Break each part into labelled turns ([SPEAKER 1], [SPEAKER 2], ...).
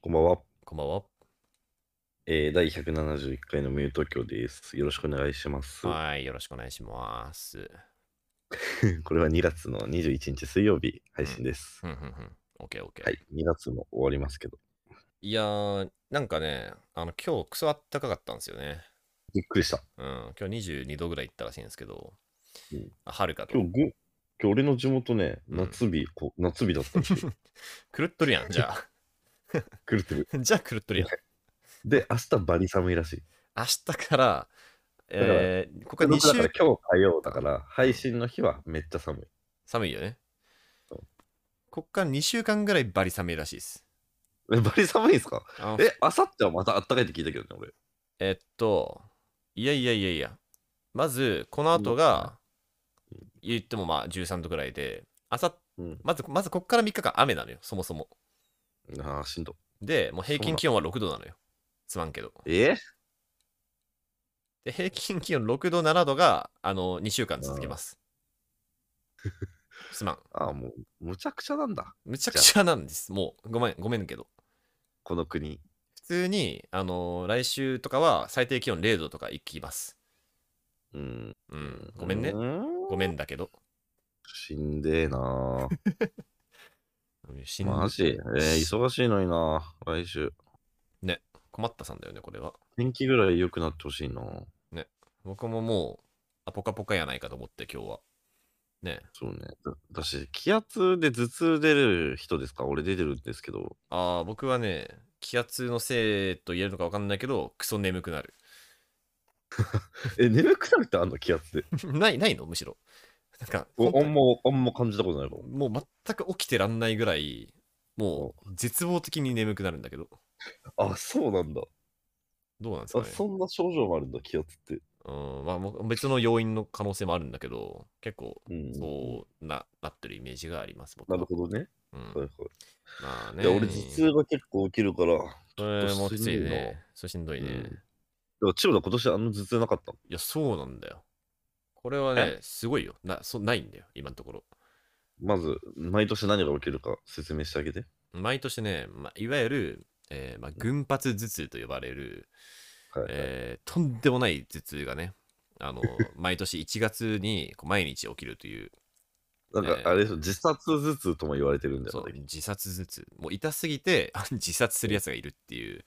[SPEAKER 1] こんばんは。
[SPEAKER 2] こんばんは。
[SPEAKER 1] えー、第171回のミュート京です。よろしくお願いします。
[SPEAKER 2] はーい、よろしくお願いします。
[SPEAKER 1] これは2月の21日水曜日配信です。
[SPEAKER 2] ふんふんふん。オッケーオッケー。
[SPEAKER 1] はい、2月も終わりますけど。
[SPEAKER 2] い、やー、なんかね、あの、今日クソあったかかったんですよね。
[SPEAKER 1] びっくりした。
[SPEAKER 2] うん、今日22度ぐらい行ったらしいんですけど
[SPEAKER 1] うん、
[SPEAKER 2] あ春かと
[SPEAKER 1] 今。日ぐ、今日俺の地元ね、
[SPEAKER 2] うん
[SPEAKER 1] 夏日、こう夏日だ ったんですよ。
[SPEAKER 2] 狂っとるやん、じゃあ。
[SPEAKER 1] くるって る。
[SPEAKER 2] じゃあ狂っとるやん。
[SPEAKER 1] で、明日バリ寒いらしい。
[SPEAKER 2] 明日から、えー、ここ
[SPEAKER 1] だ
[SPEAKER 2] は
[SPEAKER 1] から
[SPEAKER 2] 2
[SPEAKER 1] 今
[SPEAKER 2] 週
[SPEAKER 1] 日火曜だから、配信の日はめっちゃ寒い。
[SPEAKER 2] 寒いよね
[SPEAKER 1] そう。
[SPEAKER 2] こっから2週間ぐらいバリ寒いらしいです。
[SPEAKER 1] え、バリ寒いんすか
[SPEAKER 2] あの
[SPEAKER 1] え、明後日はまた暖かいって聞いたけどね、俺。
[SPEAKER 2] えっと、いやいやいやいや、まず、この後が、言ってもまあ13度ぐらいで、あさ
[SPEAKER 1] うん
[SPEAKER 2] まず、まずこっから3日間雨なのよ、そもそも。
[SPEAKER 1] ああ、しんど。
[SPEAKER 2] で、もう平均気温は6度なのよ。つまんけど。
[SPEAKER 1] え
[SPEAKER 2] で、平均気温6度、7度が、あの、2週間続きます。すまん。
[SPEAKER 1] ああ、もう、むちゃくちゃなんだ。
[SPEAKER 2] むちゃくちゃなんです。もう、ごめん、ごめんけど。
[SPEAKER 1] この国。
[SPEAKER 2] 普通に、あの、来週とかは最低気温0度とかいきます。
[SPEAKER 1] うん。
[SPEAKER 2] うん、ごめんね。
[SPEAKER 1] ご
[SPEAKER 2] ごめんだけど。
[SPEAKER 1] 死んでえ なぁ
[SPEAKER 2] 死ん
[SPEAKER 1] マジえー忙しいのになぁ来週。
[SPEAKER 2] 困ったさんだよね、これは。
[SPEAKER 1] 天気ぐらい良くなってほしいなぁ
[SPEAKER 2] 僕ももう、あポカポカやないかと思って、今日は。ねえ
[SPEAKER 1] そうね。だだし、気圧で頭痛出る人ですか俺出てるんですけど。
[SPEAKER 2] ああ、僕はね、気圧のせいと言えるのか分かんないけど、クソ眠くなる。
[SPEAKER 1] え、眠くなるってあんの気圧 で。
[SPEAKER 2] ない、ないのむしろ。なんか、
[SPEAKER 1] おあん
[SPEAKER 2] 本
[SPEAKER 1] ま、あんま感じたことないか
[SPEAKER 2] 当
[SPEAKER 1] も。
[SPEAKER 2] にもう全く起きてらんないぐらい、もう絶望的に眠くなるんだけど、
[SPEAKER 1] あ、そうなんだ。
[SPEAKER 2] どうなんですか
[SPEAKER 1] あ、
[SPEAKER 2] ね。
[SPEAKER 1] そんな症状もあるんだ、気圧って。
[SPEAKER 2] うん、まあもう別の要因の可能性もあるんだけど、結構、
[SPEAKER 1] うん。
[SPEAKER 2] そうな、なってるイメージがあります、僕
[SPEAKER 1] な
[SPEAKER 2] は。
[SPEAKER 1] るほどね。
[SPEAKER 2] うん
[SPEAKER 1] はいはい。
[SPEAKER 2] まあ
[SPEAKER 1] い
[SPEAKER 2] ね。
[SPEAKER 1] や、俺頭痛が結構起きるから。だか
[SPEAKER 2] それもきつい
[SPEAKER 1] しんどいな
[SPEAKER 2] ね。それしんどいね。
[SPEAKER 1] うんら、千代田今年あの頭痛なかったの
[SPEAKER 2] いや、そうなんだよ。これはね、すごいよ。な、そないんだよ、今のところ。
[SPEAKER 1] まず、毎年何が起きるか説明してあげて。
[SPEAKER 2] 毎年ね、まあ、いわゆる、えーまあ、群発頭痛と呼ばれる、
[SPEAKER 1] はい、はい。
[SPEAKER 2] えーとんでもない頭痛がね、あ の毎年1月にこう毎日起きるという
[SPEAKER 1] なんか
[SPEAKER 2] え、ー
[SPEAKER 1] あれでしょ、自殺頭痛とも言われてるんだ
[SPEAKER 2] そ
[SPEAKER 1] よ
[SPEAKER 2] う
[SPEAKER 1] ね。
[SPEAKER 2] 自殺頭痛もう痛すぎて あ自殺するやつがいるっていう、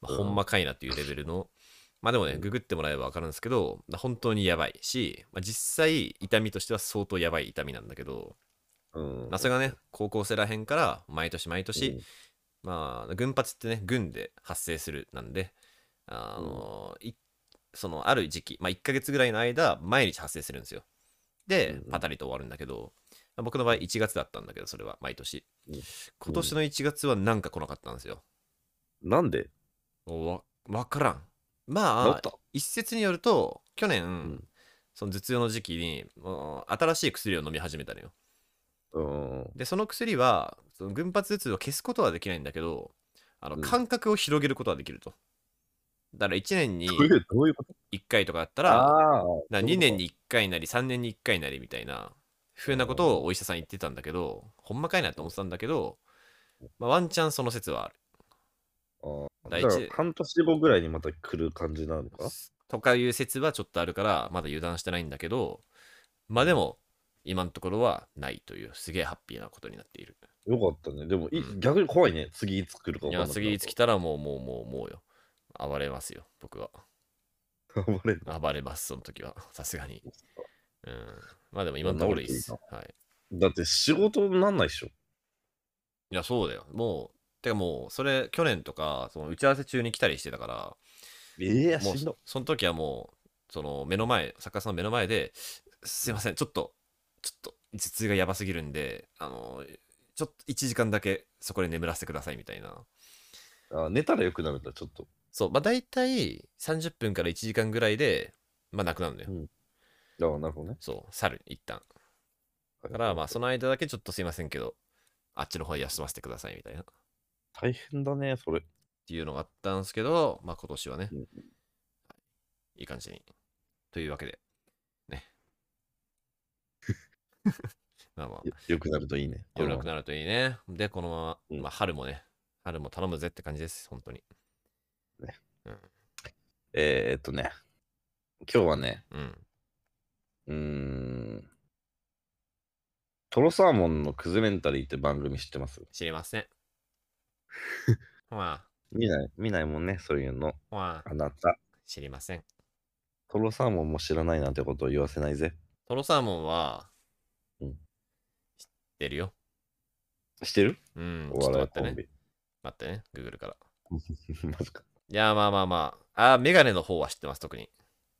[SPEAKER 2] まあ、
[SPEAKER 1] うん
[SPEAKER 2] ほんまかいなというレベルのまあでもね
[SPEAKER 1] うん
[SPEAKER 2] ググってもらえば分かるんですけど本当にやばいし、まあ、実際痛みとしては相当やばい痛みなんだけど、
[SPEAKER 1] うん
[SPEAKER 2] まあ、それがね高校生らへんから毎年毎年、まあ、群発ってね、群で発生するなんで、あのいそのある時期、まあ、1ヶ月ぐらいの間、毎日発生するんですよ。で
[SPEAKER 1] うんう、ん
[SPEAKER 2] パタリと終わるんだけど、まあ僕の場合1月だったんだけど、それは毎年
[SPEAKER 1] うん。
[SPEAKER 2] 今年の1月はなんか来なかったんですよ。
[SPEAKER 1] うんなんで
[SPEAKER 2] おわわからん。
[SPEAKER 1] 治
[SPEAKER 2] ま
[SPEAKER 1] っ
[SPEAKER 2] あ、
[SPEAKER 1] た
[SPEAKER 2] 一説によると、去年、
[SPEAKER 1] ん
[SPEAKER 2] その頭痛の時期に、もう新しい薬を飲み始めたのよ。
[SPEAKER 1] うん。
[SPEAKER 2] でその薬はその群発頭痛を消すことはできないんだけどあの
[SPEAKER 1] うん
[SPEAKER 2] 間隔を広げることはできると、だから1年に
[SPEAKER 1] どういうどういうこと
[SPEAKER 2] 1回とかあったら
[SPEAKER 1] ああ。
[SPEAKER 2] だ2年に1回なり3年に1回なりみたいなふうなことをお医者さん言ってたんだけどほんまかいなって思ってたんだけど、まあ、ワンチャンその説はある
[SPEAKER 1] だ
[SPEAKER 2] 第
[SPEAKER 1] か
[SPEAKER 2] 一
[SPEAKER 1] ら半年後ぐらいにまた来る感じなのか
[SPEAKER 2] とかいう説はちょっとあるからまだ油断してないんだけどまあでも今のところはないというすげえハッピーなことになっている
[SPEAKER 1] よかったね。でも、い
[SPEAKER 2] うん
[SPEAKER 1] 逆に怖いね。次いつ来るか分か
[SPEAKER 2] い
[SPEAKER 1] ん
[SPEAKER 2] や
[SPEAKER 1] なくなる
[SPEAKER 2] 次いつ来たらもうもうもうもうよ暴れますよ僕は
[SPEAKER 1] 暴れる
[SPEAKER 2] 暴れます、その時は。さすがに。うん。まあでも今のところいいっす。
[SPEAKER 1] 治る
[SPEAKER 2] はい。
[SPEAKER 1] だって仕事になんないでしょ。
[SPEAKER 2] いや、そうだよ。もう、てかもう、それ、去年とか、その打ち合わせ中に来たりしてたか
[SPEAKER 1] ええ
[SPEAKER 2] ら、もう
[SPEAKER 1] しんど。、
[SPEAKER 2] その時はもう、その目の前、作家さんの目の前で、すいません、ちょっと、ちょっと、頭痛がやばすぎるんで、あの、ちょっと1時間だけそこで眠らせてくださいみたいな。
[SPEAKER 1] あ寝たらよくなるんだ、ちょっと。
[SPEAKER 2] そう、まあ大体30分から1時間ぐらいで、まあなくなるのよ。
[SPEAKER 1] ああ、なるほどね。
[SPEAKER 2] そう、去る、一旦。
[SPEAKER 1] だ
[SPEAKER 2] だから、まあ、その間だけちょっとすいませんけど、あっちの方へ休ませてくださいみたいな。っ
[SPEAKER 1] 大変だね、それ。
[SPEAKER 2] ていうのがあったんですけど、まあ、今年はね、
[SPEAKER 1] うん
[SPEAKER 2] いい感じに。というわけで、 ね。まあまあ、
[SPEAKER 1] よくなるといいね。
[SPEAKER 2] 良くなるといいね。で、このま
[SPEAKER 1] う
[SPEAKER 2] ま、
[SPEAKER 1] ん
[SPEAKER 2] まあ、春もね、春も頼むぜって感じです、本当に。
[SPEAKER 1] えー、っとね、今日はね、
[SPEAKER 2] うん。
[SPEAKER 1] うーん、トロサーモンのクズメンタリーって番組知ってます
[SPEAKER 2] 知り ません。わ
[SPEAKER 1] 見ない、見ないもんね、そういうの。
[SPEAKER 2] あ、わあ、
[SPEAKER 1] あなた、
[SPEAKER 2] 知りません。
[SPEAKER 1] トロサーモンも知らないなんてことを言わせないぜ。
[SPEAKER 2] トロサーモンは、
[SPEAKER 1] うん
[SPEAKER 2] 知ってるよ。
[SPEAKER 1] 知ってる
[SPEAKER 2] うん、
[SPEAKER 1] お
[SPEAKER 2] ちょっと
[SPEAKER 1] 笑
[SPEAKER 2] 待
[SPEAKER 1] い
[SPEAKER 2] っ
[SPEAKER 1] コ
[SPEAKER 2] て
[SPEAKER 1] ン
[SPEAKER 2] ね。
[SPEAKER 1] ビ。
[SPEAKER 2] 待ってね、グーグルから。
[SPEAKER 1] マジか。
[SPEAKER 2] いや、まあまあまあ。あー、メガネの方は知ってます、特に。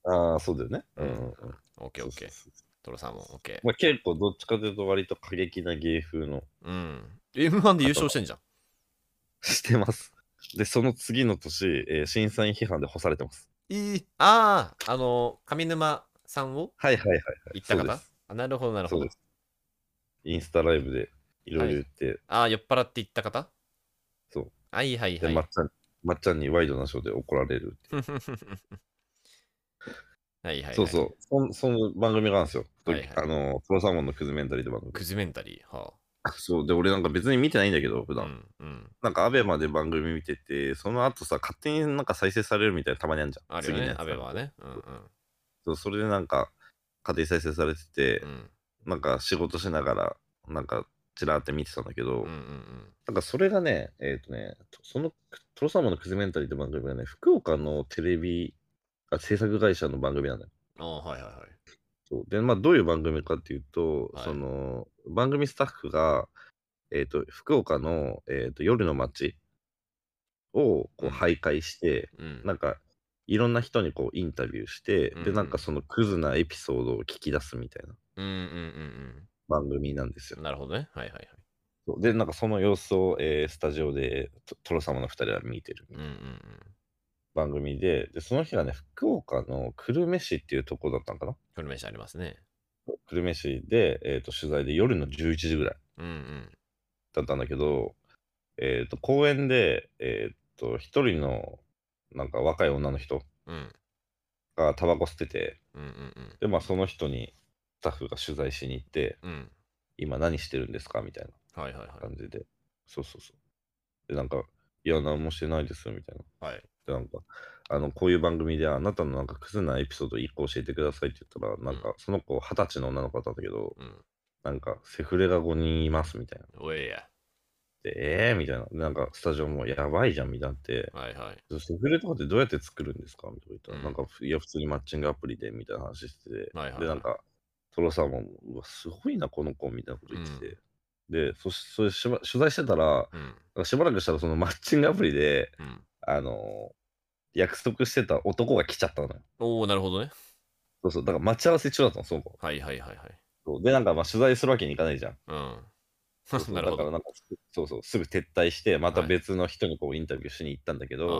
[SPEAKER 1] ああ、そうだよね。うんうんうん。
[SPEAKER 2] オッケーオッケー。
[SPEAKER 1] ー。
[SPEAKER 2] トロサーモン、オッケー。
[SPEAKER 1] まあ、結構どっちかというと割と過激な芸風の
[SPEAKER 2] うん。M1 で優勝してんじゃん。
[SPEAKER 1] してます。で、その次の年、えー審査員批判で干されてます。
[SPEAKER 2] いい。ああ、あの、上沼さんを
[SPEAKER 1] はいはいはい、はい。
[SPEAKER 2] 言った
[SPEAKER 1] そうで
[SPEAKER 2] 方
[SPEAKER 1] す
[SPEAKER 2] あなるほど、なる
[SPEAKER 1] そ
[SPEAKER 2] ほ
[SPEAKER 1] う
[SPEAKER 2] ど
[SPEAKER 1] で。す。インスタライブでいろいろ言って、
[SPEAKER 2] ああ、酔っ払って言った方
[SPEAKER 1] そう。
[SPEAKER 2] はいはい
[SPEAKER 1] で、
[SPEAKER 2] はい
[SPEAKER 1] ま。っちゃん、まっちゃんにワイドなショーで怒られるって。
[SPEAKER 2] はいはい。
[SPEAKER 1] そうそう。そんその番組があるんですよ。
[SPEAKER 2] はいはい
[SPEAKER 1] あの、プロサーモンのクズメンタリーって番組
[SPEAKER 2] う。。クズメンタリー。は
[SPEAKER 1] そう。で、俺なんか別に見てないんだけど、普
[SPEAKER 2] あ。う
[SPEAKER 1] 段。
[SPEAKER 2] んうん。
[SPEAKER 1] なんかアベマで番組見てて、その後さ、勝手になんか再生されるみたいなたまにあるじゃん。
[SPEAKER 2] あるよ
[SPEAKER 1] 次の
[SPEAKER 2] ね
[SPEAKER 1] や、つ
[SPEAKER 2] アベマはね。うんうん
[SPEAKER 1] そう、それでなんか、家庭再生されてて
[SPEAKER 2] う、ん。
[SPEAKER 1] なんか仕事しながら、なんか、ちらーって見てたんだけど、
[SPEAKER 2] うんうんうん。
[SPEAKER 1] なんかそれがね、えっ、とね、とその、トロサーモンのクズメンタリーって番組がね、福岡のテレビ、あ制作会社の番組なんだよ。
[SPEAKER 2] ああ、はいはいはい。
[SPEAKER 1] そうで、まあ、どういう番組かっていうと、
[SPEAKER 2] はい
[SPEAKER 1] その、番組スタッフが、えっ、と、福岡の、えー、と夜の街をこう
[SPEAKER 2] うん
[SPEAKER 1] 徘徊して、
[SPEAKER 2] うん。
[SPEAKER 1] なんかいろんな人にこうインタビューして、
[SPEAKER 2] うんう
[SPEAKER 1] で
[SPEAKER 2] ん
[SPEAKER 1] なんかそのクズなエピソードを聞き出すみたいな
[SPEAKER 2] うんうんうん
[SPEAKER 1] 番組なんです
[SPEAKER 2] う
[SPEAKER 1] よ
[SPEAKER 2] ん。。なるほどね。はいはいはい。
[SPEAKER 1] そうでなんかその様子を、えースタジオでトトロ様の2人は見てるみ
[SPEAKER 2] うん
[SPEAKER 1] た
[SPEAKER 2] う
[SPEAKER 1] い
[SPEAKER 2] ん
[SPEAKER 1] な
[SPEAKER 2] うん。
[SPEAKER 1] 番組で,、でその日がね福岡の久留米市っていうとこだったのかな
[SPEAKER 2] フルメンシありますね。
[SPEAKER 1] 久留米市で、えー、と取材で夜の11時ぐらい
[SPEAKER 2] うんうん。
[SPEAKER 1] だったんだけど、えー、と公園で、えー、と1人のなんか若い女の人
[SPEAKER 2] うん
[SPEAKER 1] がタバコ吸ってて
[SPEAKER 2] うんうん
[SPEAKER 1] で、まあ、その人にスタッフが取材しに行って。
[SPEAKER 2] うん。うん。
[SPEAKER 1] 今何してるんですかみたい
[SPEAKER 2] はいはい
[SPEAKER 1] な
[SPEAKER 2] は
[SPEAKER 1] 感じで。そうそうそう。で、なんか、いや、何もしてないですよ、みたいな。
[SPEAKER 2] い。はい。
[SPEAKER 1] で、なんか、あの、こういう番組で、あなたのなんかクズなエピソード1個教えてくださいって言ったら、なんか、その子、二十歳の女の子だったんだけど、
[SPEAKER 2] うん。
[SPEAKER 1] なんか、セフレが5人います、みたいな。
[SPEAKER 2] おえや。
[SPEAKER 1] で、えーみたいな。でなんか、スタジオもやばいじゃん、みたいになって。
[SPEAKER 2] はいはい。
[SPEAKER 1] セフレとかってどうやって作るんですかみたいなこと言ったら、
[SPEAKER 2] うん
[SPEAKER 1] なんか、いや、普通にマッチングアプリで、みたいな話してて、
[SPEAKER 2] はいはいはい
[SPEAKER 1] で、なんか、トロサーモン、うわ、すごいな、この子、みたいなこと言ってて、で、そし、それしば、取材してたら、
[SPEAKER 2] うん
[SPEAKER 1] しばらくしたら、そのマッチングアプリで、
[SPEAKER 2] うん。
[SPEAKER 1] あのー約束してた男が来ちゃったのよ。
[SPEAKER 2] おおなるほどね。
[SPEAKER 1] そうそう、だから待ち合わせ中だったの、その子。
[SPEAKER 2] はいはいはいはい。
[SPEAKER 1] そうで、なんか、まあ、取材するわけにいかないじ ゃん。そうそ
[SPEAKER 2] うん。
[SPEAKER 1] う
[SPEAKER 2] なるほ
[SPEAKER 1] だから、
[SPEAKER 2] ど。
[SPEAKER 1] なんか、そうそう、すぐ撤退して、また
[SPEAKER 2] はい
[SPEAKER 1] 別の人にこう、インタビューしに行ったんだけど、
[SPEAKER 2] うん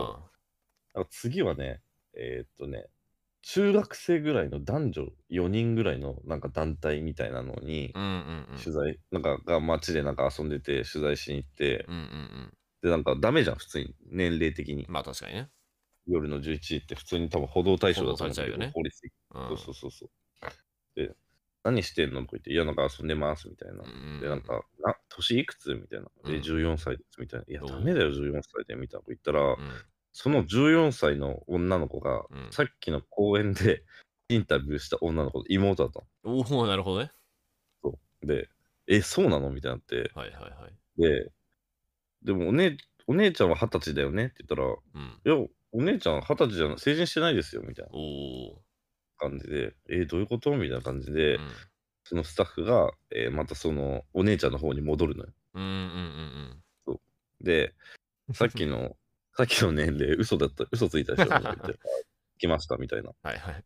[SPEAKER 1] なんか次はね、えーっとね、中学生ぐらいの男女4人ぐらいのなんか団体みたいなのに
[SPEAKER 2] うんうんうん。
[SPEAKER 1] 取材、なんかが街でなんか遊んでて取材しに行って、
[SPEAKER 2] うんうんうん。
[SPEAKER 1] でなんかダメじゃん、普通に年齢的に。
[SPEAKER 2] まあ確かにね。
[SPEAKER 1] 夜の11時って普通に多分歩道対象だと思うんだけ
[SPEAKER 2] 歩道対象
[SPEAKER 1] ど、
[SPEAKER 2] よね
[SPEAKER 1] 法律的
[SPEAKER 2] うん。
[SPEAKER 1] に。そうそうそうそう。で、何してんのとか言って、いやなんか遊んでますみたいな。
[SPEAKER 2] うん
[SPEAKER 1] で、なんか、な年いくつみたいな。
[SPEAKER 2] う
[SPEAKER 1] で、
[SPEAKER 2] ん
[SPEAKER 1] 14歳ですみたいな。いや、
[SPEAKER 2] おう
[SPEAKER 1] ダメだよ、14歳でみたいなこと言ったら、
[SPEAKER 2] うん。
[SPEAKER 1] その14歳の女の子が、
[SPEAKER 2] うん
[SPEAKER 1] さっきの公園で インタビューした女の子の妹だった
[SPEAKER 2] おおなるほどね。
[SPEAKER 1] の。で、え、そうなのみたいになって。
[SPEAKER 2] はいはいはい。
[SPEAKER 1] で、でもお姉お姉ちゃんは二十歳だよねって言った
[SPEAKER 2] うん。
[SPEAKER 1] ら、いや、お姉ちゃん二十歳じゃない、成人してないですよみたいな
[SPEAKER 2] おお。
[SPEAKER 1] 感じで、え、どういうことみたいな感じで、
[SPEAKER 2] うん
[SPEAKER 1] そのスタッフが、えーまたそのお姉ちゃんの方に戻るのよ。
[SPEAKER 2] うんうん
[SPEAKER 1] で、さっきの、さっきの年齢、嘘だった、嘘ついたでしょって言 って、来ましたみたいな。
[SPEAKER 2] はいはい。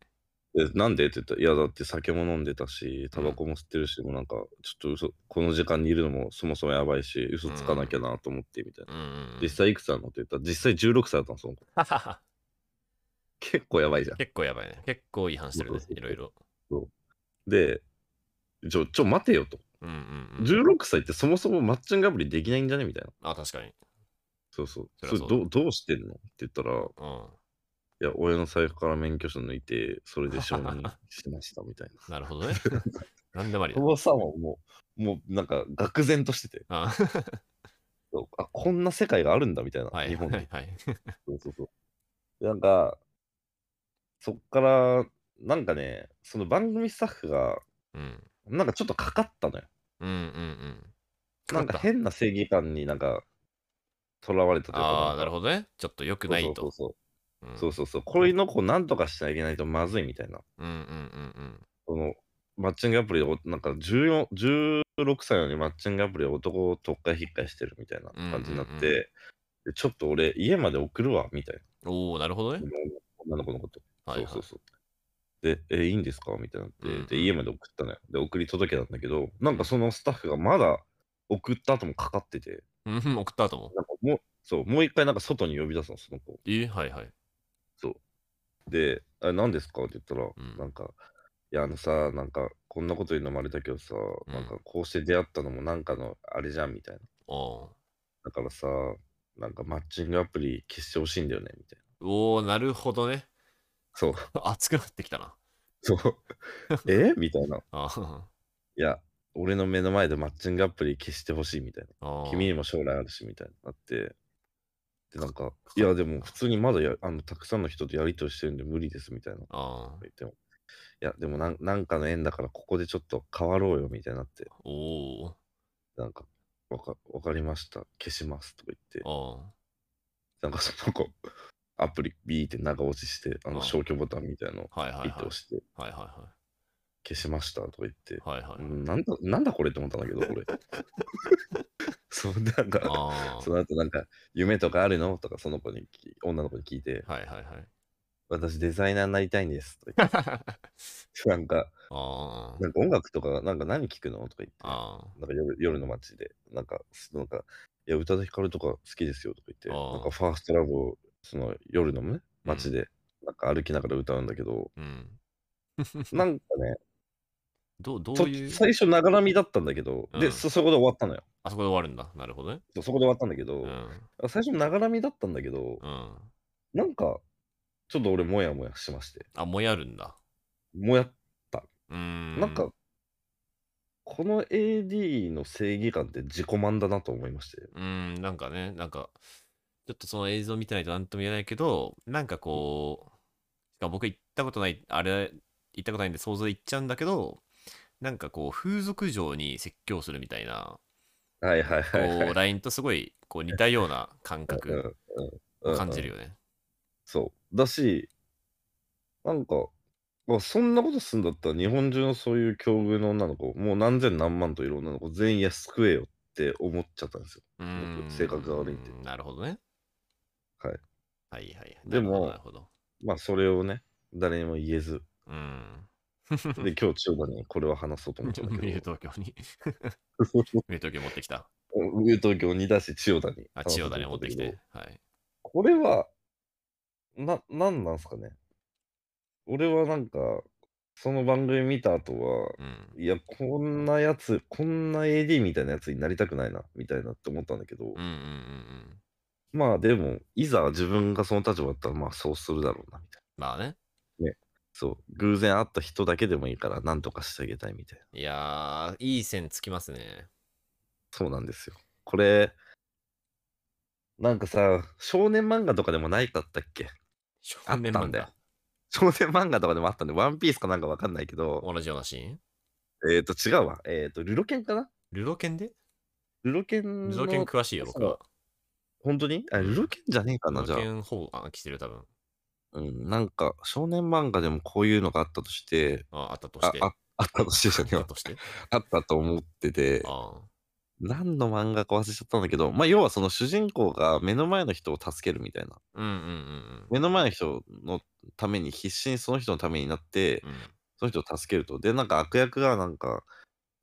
[SPEAKER 1] えなんでって言ったら、いや、だって酒も飲んでたし、タバコも吸ってるし、もうなんか、ちょっと嘘、この時間にいるのもそもそもやばいし、嘘つかなきゃなと思って、みたいな。
[SPEAKER 2] うんうん。
[SPEAKER 1] 実際いくつなのって言ったら、実際16歳だったの、その子。
[SPEAKER 2] 際。
[SPEAKER 1] 結構やばいじゃん。
[SPEAKER 2] 結構やばいね。結構違反してるね
[SPEAKER 1] そう。そう
[SPEAKER 2] い
[SPEAKER 1] そう
[SPEAKER 2] ろいろ。
[SPEAKER 1] で、ちょ、ちょ、待てよと。
[SPEAKER 2] うんうんうん。
[SPEAKER 1] 16歳ってそもそもマッチングアプリできないんじゃねみたいな。
[SPEAKER 2] あ、確かに。
[SPEAKER 1] そうそう。
[SPEAKER 2] そ
[SPEAKER 1] そ
[SPEAKER 2] りゃ
[SPEAKER 1] れ
[SPEAKER 2] そう
[SPEAKER 1] どうどうしてんのって言ったら、
[SPEAKER 2] うん。
[SPEAKER 1] いや、親の財布から免許証抜いて、それで承認しました、みたい な。
[SPEAKER 2] なるほ どね。なんでもありだ
[SPEAKER 1] お。ばさんはもう、もうなんか、愕然としてて。
[SPEAKER 2] あ
[SPEAKER 1] そうあこんな世界があるんだみたいな、
[SPEAKER 2] はい
[SPEAKER 1] 日
[SPEAKER 2] は
[SPEAKER 1] 本で
[SPEAKER 2] いはい
[SPEAKER 1] そうそうそうでなんかそっからなんかねその番組スタッフが
[SPEAKER 2] うん
[SPEAKER 1] なんかちょっとかかったのよ
[SPEAKER 2] うんうんうん
[SPEAKER 1] なんか変な正義感になんかとらわれたというか
[SPEAKER 2] ああーなる
[SPEAKER 1] ほ
[SPEAKER 2] ほどねちょっと良くないと
[SPEAKER 1] そうそう
[SPEAKER 2] うん
[SPEAKER 1] そうそうそうそうこれの子なんとかしてあげないとまずいみたいな
[SPEAKER 2] うんうんうん
[SPEAKER 1] そのマッチングアプリでおなんか14 16歳なのにマッチングアプリで男をとっかえひっかえしてるみたいな感じになって、
[SPEAKER 2] うんうんうん
[SPEAKER 1] でちょっと俺家まで送るわみたい
[SPEAKER 2] うんおおなるほど
[SPEAKER 1] な
[SPEAKER 2] ね
[SPEAKER 1] 女の子のこと、
[SPEAKER 2] はいはい
[SPEAKER 1] そうそうそうでえいいんですかみたいになって、で
[SPEAKER 2] うんうん
[SPEAKER 1] 家まで送ったのよで送り届けたんだけどなんかそのスタッフがまだ送った後もかかってて
[SPEAKER 2] うんうん送った後も
[SPEAKER 1] なんかもうそうもう一回なんか外に呼び出すのその子
[SPEAKER 2] えはいはい
[SPEAKER 1] そう。で、あ何ですかって言ったら、
[SPEAKER 2] ん
[SPEAKER 1] なんか、いや、あのさ、なんか、こんなこと言うのもあれだけどさ、
[SPEAKER 2] ん
[SPEAKER 1] なんか、こうして出会ったのもなんかのあれじゃんみたいな。
[SPEAKER 2] お
[SPEAKER 1] だからさ、なんかマッチングアプリ消してほしいんだよね、みたいな。
[SPEAKER 2] ーおーなるほどね
[SPEAKER 1] そう、
[SPEAKER 2] 熱くなってきたな
[SPEAKER 1] そう。えみたいな。
[SPEAKER 2] あー
[SPEAKER 1] いや、俺の目の前でマッチングアプリ消してほしいみたい
[SPEAKER 2] あ
[SPEAKER 1] な。
[SPEAKER 2] ー
[SPEAKER 1] 君にも将来あるし、みたいになって。で、なんか、いや、でも普通にまだやあのたくさんの人とやりとりしてるんで無理です、みたいな。
[SPEAKER 2] あ
[SPEAKER 1] 言っても。いや、でもなんなんかの縁だから、ここでちょっと変わろうよみたいになって、
[SPEAKER 2] ーおー
[SPEAKER 1] なんか、わかわかりました、消しますとか言って、
[SPEAKER 2] あー
[SPEAKER 1] なんかそ の子、アプリビーって長押しして、あ
[SPEAKER 2] あ
[SPEAKER 1] の消去ボタンみたいなのを
[SPEAKER 2] はいはい
[SPEAKER 1] ピッ
[SPEAKER 2] は
[SPEAKER 1] て押して、
[SPEAKER 2] いはいは
[SPEAKER 1] 消しましたとか言って、
[SPEAKER 2] いはいはい
[SPEAKER 1] うんなんだ、なんだこれって思ったんだけど、 俺。そう、なんか、
[SPEAKER 2] あ
[SPEAKER 1] その後なんか、夢とかあるのとか、その子にき、女の子に聞いて、
[SPEAKER 2] あは いはいはい
[SPEAKER 1] 私デザイナーになりたいんですとか言って、なんか、
[SPEAKER 2] あー
[SPEAKER 1] なんか音楽とか、なんか何聞くのとか言って。
[SPEAKER 2] あー
[SPEAKER 1] なんか夜夜の街で、なんか、すなんか、いや、宇多田ヒカルとか好きですよとか言って、
[SPEAKER 2] あー
[SPEAKER 1] なんかファーストラブを、その夜のね、街で、なんか歩きながら歌うんだけど、
[SPEAKER 2] うん
[SPEAKER 1] なんかね、
[SPEAKER 2] どうど
[SPEAKER 1] ちょ
[SPEAKER 2] ういう
[SPEAKER 1] 最初、ながらみだったんだけど、
[SPEAKER 2] う
[SPEAKER 1] で
[SPEAKER 2] ん
[SPEAKER 1] そ、そこで終わったのよ。
[SPEAKER 2] あそこで終わるんだなるほどね
[SPEAKER 1] そうそこで終わったんだけど、
[SPEAKER 2] うん
[SPEAKER 1] 最初、ながらみだったんだけど、
[SPEAKER 2] うん
[SPEAKER 1] なんか、ちょっと俺、もやもやしまして、
[SPEAKER 2] あもやるんだ
[SPEAKER 1] もやっ、
[SPEAKER 2] うーん
[SPEAKER 1] なんか、この AD の正義感って自己満だなと思いまして、
[SPEAKER 2] うーん、なんかね、なんか、ちょっとその映像見てないと何とも言えないけど、なんかこう、しかも僕行ったことない、あれ、行ったことないんで想像で行っちゃうんだけど、なんかこう、風俗嬢に説教するみたいな、
[SPEAKER 1] はいはいは
[SPEAKER 2] こ
[SPEAKER 1] い、は
[SPEAKER 2] う、
[SPEAKER 1] い。
[SPEAKER 2] ラインとすごい、こう、似たような感
[SPEAKER 1] うん
[SPEAKER 2] 覚
[SPEAKER 1] うんうん
[SPEAKER 2] を感じるよね。
[SPEAKER 1] そう。だし、なんか、まあ、そんなことすんだったら、日本中のそういう境遇の女の子、もう何千何万といる女の子、全員安くえよって思っちゃったんですよ。
[SPEAKER 2] うーん。
[SPEAKER 1] 性格が悪いって
[SPEAKER 2] なるほどね。
[SPEAKER 1] はい。
[SPEAKER 2] はいはい。
[SPEAKER 1] でも
[SPEAKER 2] なるほど。
[SPEAKER 1] まあ、それをね、誰にも言えず。
[SPEAKER 2] なるほど
[SPEAKER 1] で、今日、千代田にこれは話そうと思った
[SPEAKER 2] うんん。
[SPEAKER 1] だ
[SPEAKER 2] ミュー
[SPEAKER 1] けど、
[SPEAKER 2] 東京に。ミュー東京持ってきた。
[SPEAKER 1] 上東京に出し、千代田に。
[SPEAKER 2] あ、千代田に持ってきて。。はい。
[SPEAKER 1] これは、な、なんなんすかね。俺はなんか、その番組見た後は、
[SPEAKER 2] うん。
[SPEAKER 1] いや、こんなやつ、こんな AD みたいなやつになりたくないな、みたいなって思ったんだけど、
[SPEAKER 2] うんうんうんうん。
[SPEAKER 1] まあでも、いざ自分がその立場だったら、まあそうするだろうな、みたいな。
[SPEAKER 2] まあね。
[SPEAKER 1] そう、偶然会った人だけでもいいから、なんとかしてあげたいみたいな。
[SPEAKER 2] いやー、いい線つきますね。
[SPEAKER 1] そうなんですよ。これ、なんかさ、少年漫画とかでもないかったっけ
[SPEAKER 2] 少
[SPEAKER 1] あったんだよ。少年漫画とかでもあったんで、ワンピースかなんかわかんないけど、
[SPEAKER 2] 同じようなシーン
[SPEAKER 1] えっ、と、違うわ。えっ、と、ルロケンかな
[SPEAKER 2] ルロケンで
[SPEAKER 1] ルロケン
[SPEAKER 2] ル
[SPEAKER 1] の。
[SPEAKER 2] ロケン詳しいよ、僕は。
[SPEAKER 1] 本当にあ、ルロケンじゃねえか
[SPEAKER 2] ル
[SPEAKER 1] な、
[SPEAKER 2] ロ
[SPEAKER 1] じゃあ
[SPEAKER 2] ケ。ンほぼ暗記してる、多分。
[SPEAKER 1] うん、なんか少年漫画でもこういうのがあったとして、
[SPEAKER 2] ああったとし
[SPEAKER 1] あ
[SPEAKER 2] て。
[SPEAKER 1] ああったとしてじゃねえ
[SPEAKER 2] あっ
[SPEAKER 1] わ
[SPEAKER 2] たとして。
[SPEAKER 1] あったと思ってて、
[SPEAKER 2] あ
[SPEAKER 1] 何の漫画か忘れちゃったんだけど、まあ要はその主人公が目の前の人を助けるみたいな。
[SPEAKER 2] ーうんうんうん
[SPEAKER 1] 目の前の人のために必死にその人のためになって、
[SPEAKER 2] うん。うん
[SPEAKER 1] その人を助けると。で、なんか悪役がなんか、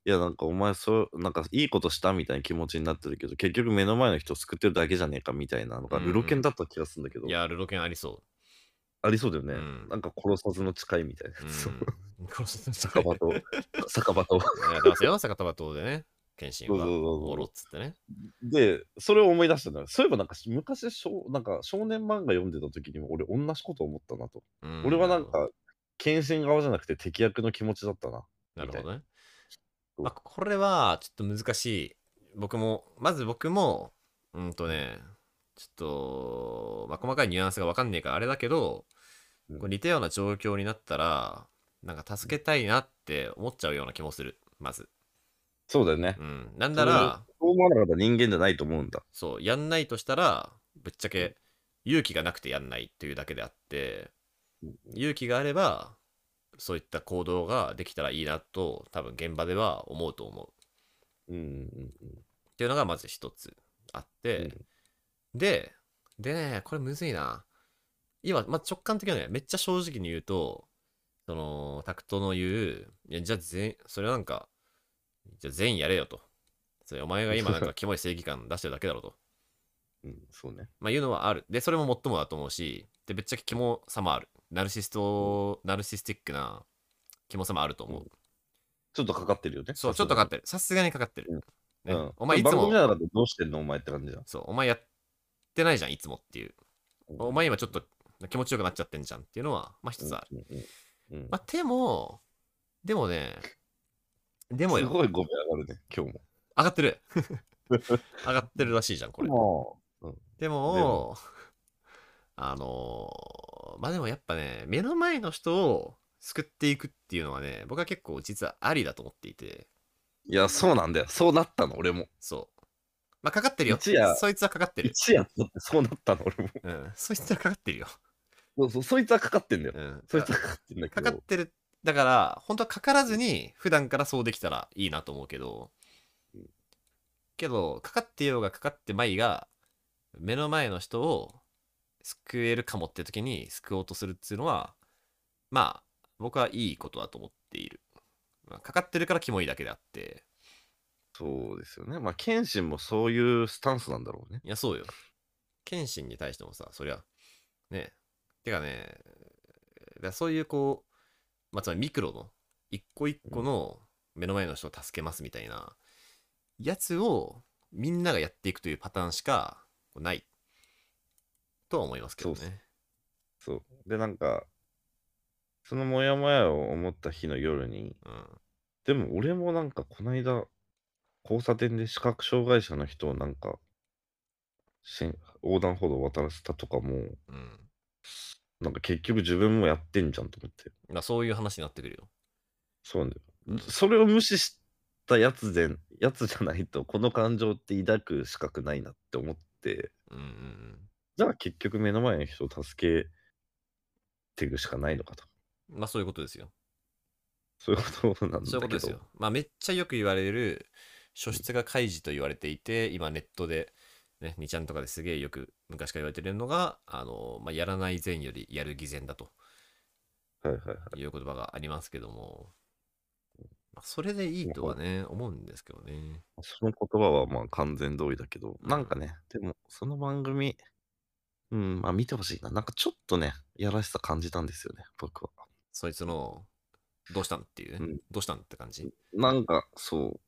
[SPEAKER 1] いやなんかお前そう、なんかいいことしたみたいな気持ちになってるけど、結局目の前の人を救ってるだけじゃねえかみたいなのが、
[SPEAKER 2] うんうん
[SPEAKER 1] ルロケンだった気がするんだけど、
[SPEAKER 2] いやー、ルロケンありそ
[SPEAKER 1] ありそうだよね。
[SPEAKER 2] うん
[SPEAKER 1] なんか殺さずの誓いみたいな
[SPEAKER 2] う。う
[SPEAKER 1] やつを。
[SPEAKER 2] ん。殺す
[SPEAKER 1] 酒場 と、酒場と。
[SPEAKER 2] やってますよ、坂田島でね。謙信は。
[SPEAKER 1] そうそうそうそう
[SPEAKER 2] おろっつってね。
[SPEAKER 1] で、それを思い出したのよ。そういえばなんか昔少、なんか少年漫画読んでた時にも俺同じこと思ったなと。
[SPEAKER 2] うん
[SPEAKER 1] 俺はなん、か、謙信側じゃなくて敵役の気持ちだったな。
[SPEAKER 2] なるほどね。
[SPEAKER 1] そう
[SPEAKER 2] まあ、これはちょっと難しい。僕も、まず僕も、うんとね、ちょっと、まあ、細かいニュアンスがわかんねえからあれだけど、
[SPEAKER 1] うん
[SPEAKER 2] こう似たような状況になったら、なんか助けたいなって思っちゃうような気もする、まず。
[SPEAKER 1] そうだよね
[SPEAKER 2] う。ん。なんなら、
[SPEAKER 1] そう思わなかったら人間じゃないと思うんだ。
[SPEAKER 2] そう、やんないとしたら、ぶっちゃけ勇気がなくてやんないというだけであって、勇気があれば、そういった行動ができたらいいなと、多分現場では思うと思う。
[SPEAKER 1] うんうん
[SPEAKER 2] っていうのがまず一つあって、
[SPEAKER 1] うん
[SPEAKER 2] ででねこれむずいな今、まあ、直感的にはねめっちゃ正直に言うとそのタクトの言ういやじゃあ全それはなんかじゃあ全員やれよとそれお前が今なん かキモい正義感出してるだけだろと、
[SPEAKER 1] うんうん、そうね。
[SPEAKER 2] まあ、いうのはあるでそれも最もだと思うしでぶっちゃけキモさもあるナルシストナルシスティックなキモさもあると思う、
[SPEAKER 1] うんちょっとかかってるよね。
[SPEAKER 2] そうちょっとかかってるさすがにかかってる、
[SPEAKER 1] う
[SPEAKER 2] ね
[SPEAKER 1] ん、
[SPEAKER 2] お前いつ
[SPEAKER 1] 番
[SPEAKER 2] も
[SPEAKER 1] 組ならどうしてんのお前って感じじゃん。
[SPEAKER 2] そう、お前やってないじゃん、いつもっていう。お前今ちょっと気持ちよくなっちゃってんじゃんっていうのは、まあ一つある。
[SPEAKER 1] うんうんうん
[SPEAKER 2] まあでも、でもね、でも
[SPEAKER 1] す
[SPEAKER 2] よ、
[SPEAKER 1] ごい語尾上がるね、今日も。
[SPEAKER 2] 上がってる。上がってるらしいじゃん、これ。
[SPEAKER 1] も
[SPEAKER 2] で
[SPEAKER 1] で
[SPEAKER 2] も
[SPEAKER 1] も、
[SPEAKER 2] あのーまあでもやっぱね、目の前の人を救っていくっていうのはね、僕は結構実はありだと思っていて、
[SPEAKER 1] ういや、そうなんだよ。そうなったの、俺も。
[SPEAKER 2] そう。まあかかってるよ。
[SPEAKER 1] 一夜
[SPEAKER 2] そいつはかかってる。
[SPEAKER 1] 一夜経ってそうなったの、俺も。
[SPEAKER 2] うん。そいつはかかってるよ。
[SPEAKER 1] そうそうそいつはかかってんだよ。
[SPEAKER 2] うん。
[SPEAKER 1] そいつはかかってんだけ
[SPEAKER 2] か
[SPEAKER 1] ど。
[SPEAKER 2] かってるだから本当はかからずに普段からそうできたらいいなと思うけどけどかかってようがかかってまいが目の前の人を救えるかもって時に救おうとするっていうのはまあ僕はいいことだと思っている、まあ、かかってるからキモいだけであって
[SPEAKER 1] そうですよね。まあ、謙信もそういうスタンスなんだろうね。
[SPEAKER 2] いやそうよ謙信に対してもさそりゃねてかねだからそういうこう、まあ、つまりミクロの一個一個の目の前の人を助けますみたいなやつをみんながやっていくというパターンしかこうないとは思いますけど
[SPEAKER 1] そう
[SPEAKER 2] ね
[SPEAKER 1] そう。で、なんか、そのモヤモヤを思った日の夜に、
[SPEAKER 2] うん
[SPEAKER 1] でも俺もなんか、こないだ、交差点で視覚障害者の人をなんか、しん横断歩道を渡らせたとかも、
[SPEAKER 2] うん
[SPEAKER 1] なんか結局自分もやってんじゃんと思って。
[SPEAKER 2] まあそういう話になってくるよ
[SPEAKER 1] そうなんだよ。それを無視したやつで、やつじゃないと、この感情って抱く資格ないなって思って、
[SPEAKER 2] うんうんうん
[SPEAKER 1] じゃあ結局目の前の人を助けていくしかないのかと。
[SPEAKER 2] まあそういうことですよ
[SPEAKER 1] そういうことなんだけど。
[SPEAKER 2] そういうことですよ。まあ、めっちゃよく言われる、書室が開示と言われていて、今ネットで、ね、2ちゃんとかですげえよく昔から言われてるのが、あの、まあ、やらない善よりやる偽善だと
[SPEAKER 1] はいはいはい。
[SPEAKER 2] いう言葉がありますけども、まあ、それでいいとはね、思うんですけどね。
[SPEAKER 1] その言葉はまあ完全同意だけど、
[SPEAKER 2] うん
[SPEAKER 1] なんかね、でもその番組、うん、まあ見てほしいな。なんかちょっとね、やらしさ感じたんですよね、僕は。
[SPEAKER 2] そいつの、どうしたんっていうね、
[SPEAKER 1] うん
[SPEAKER 2] どうしたんって感じ。
[SPEAKER 1] なんかそう、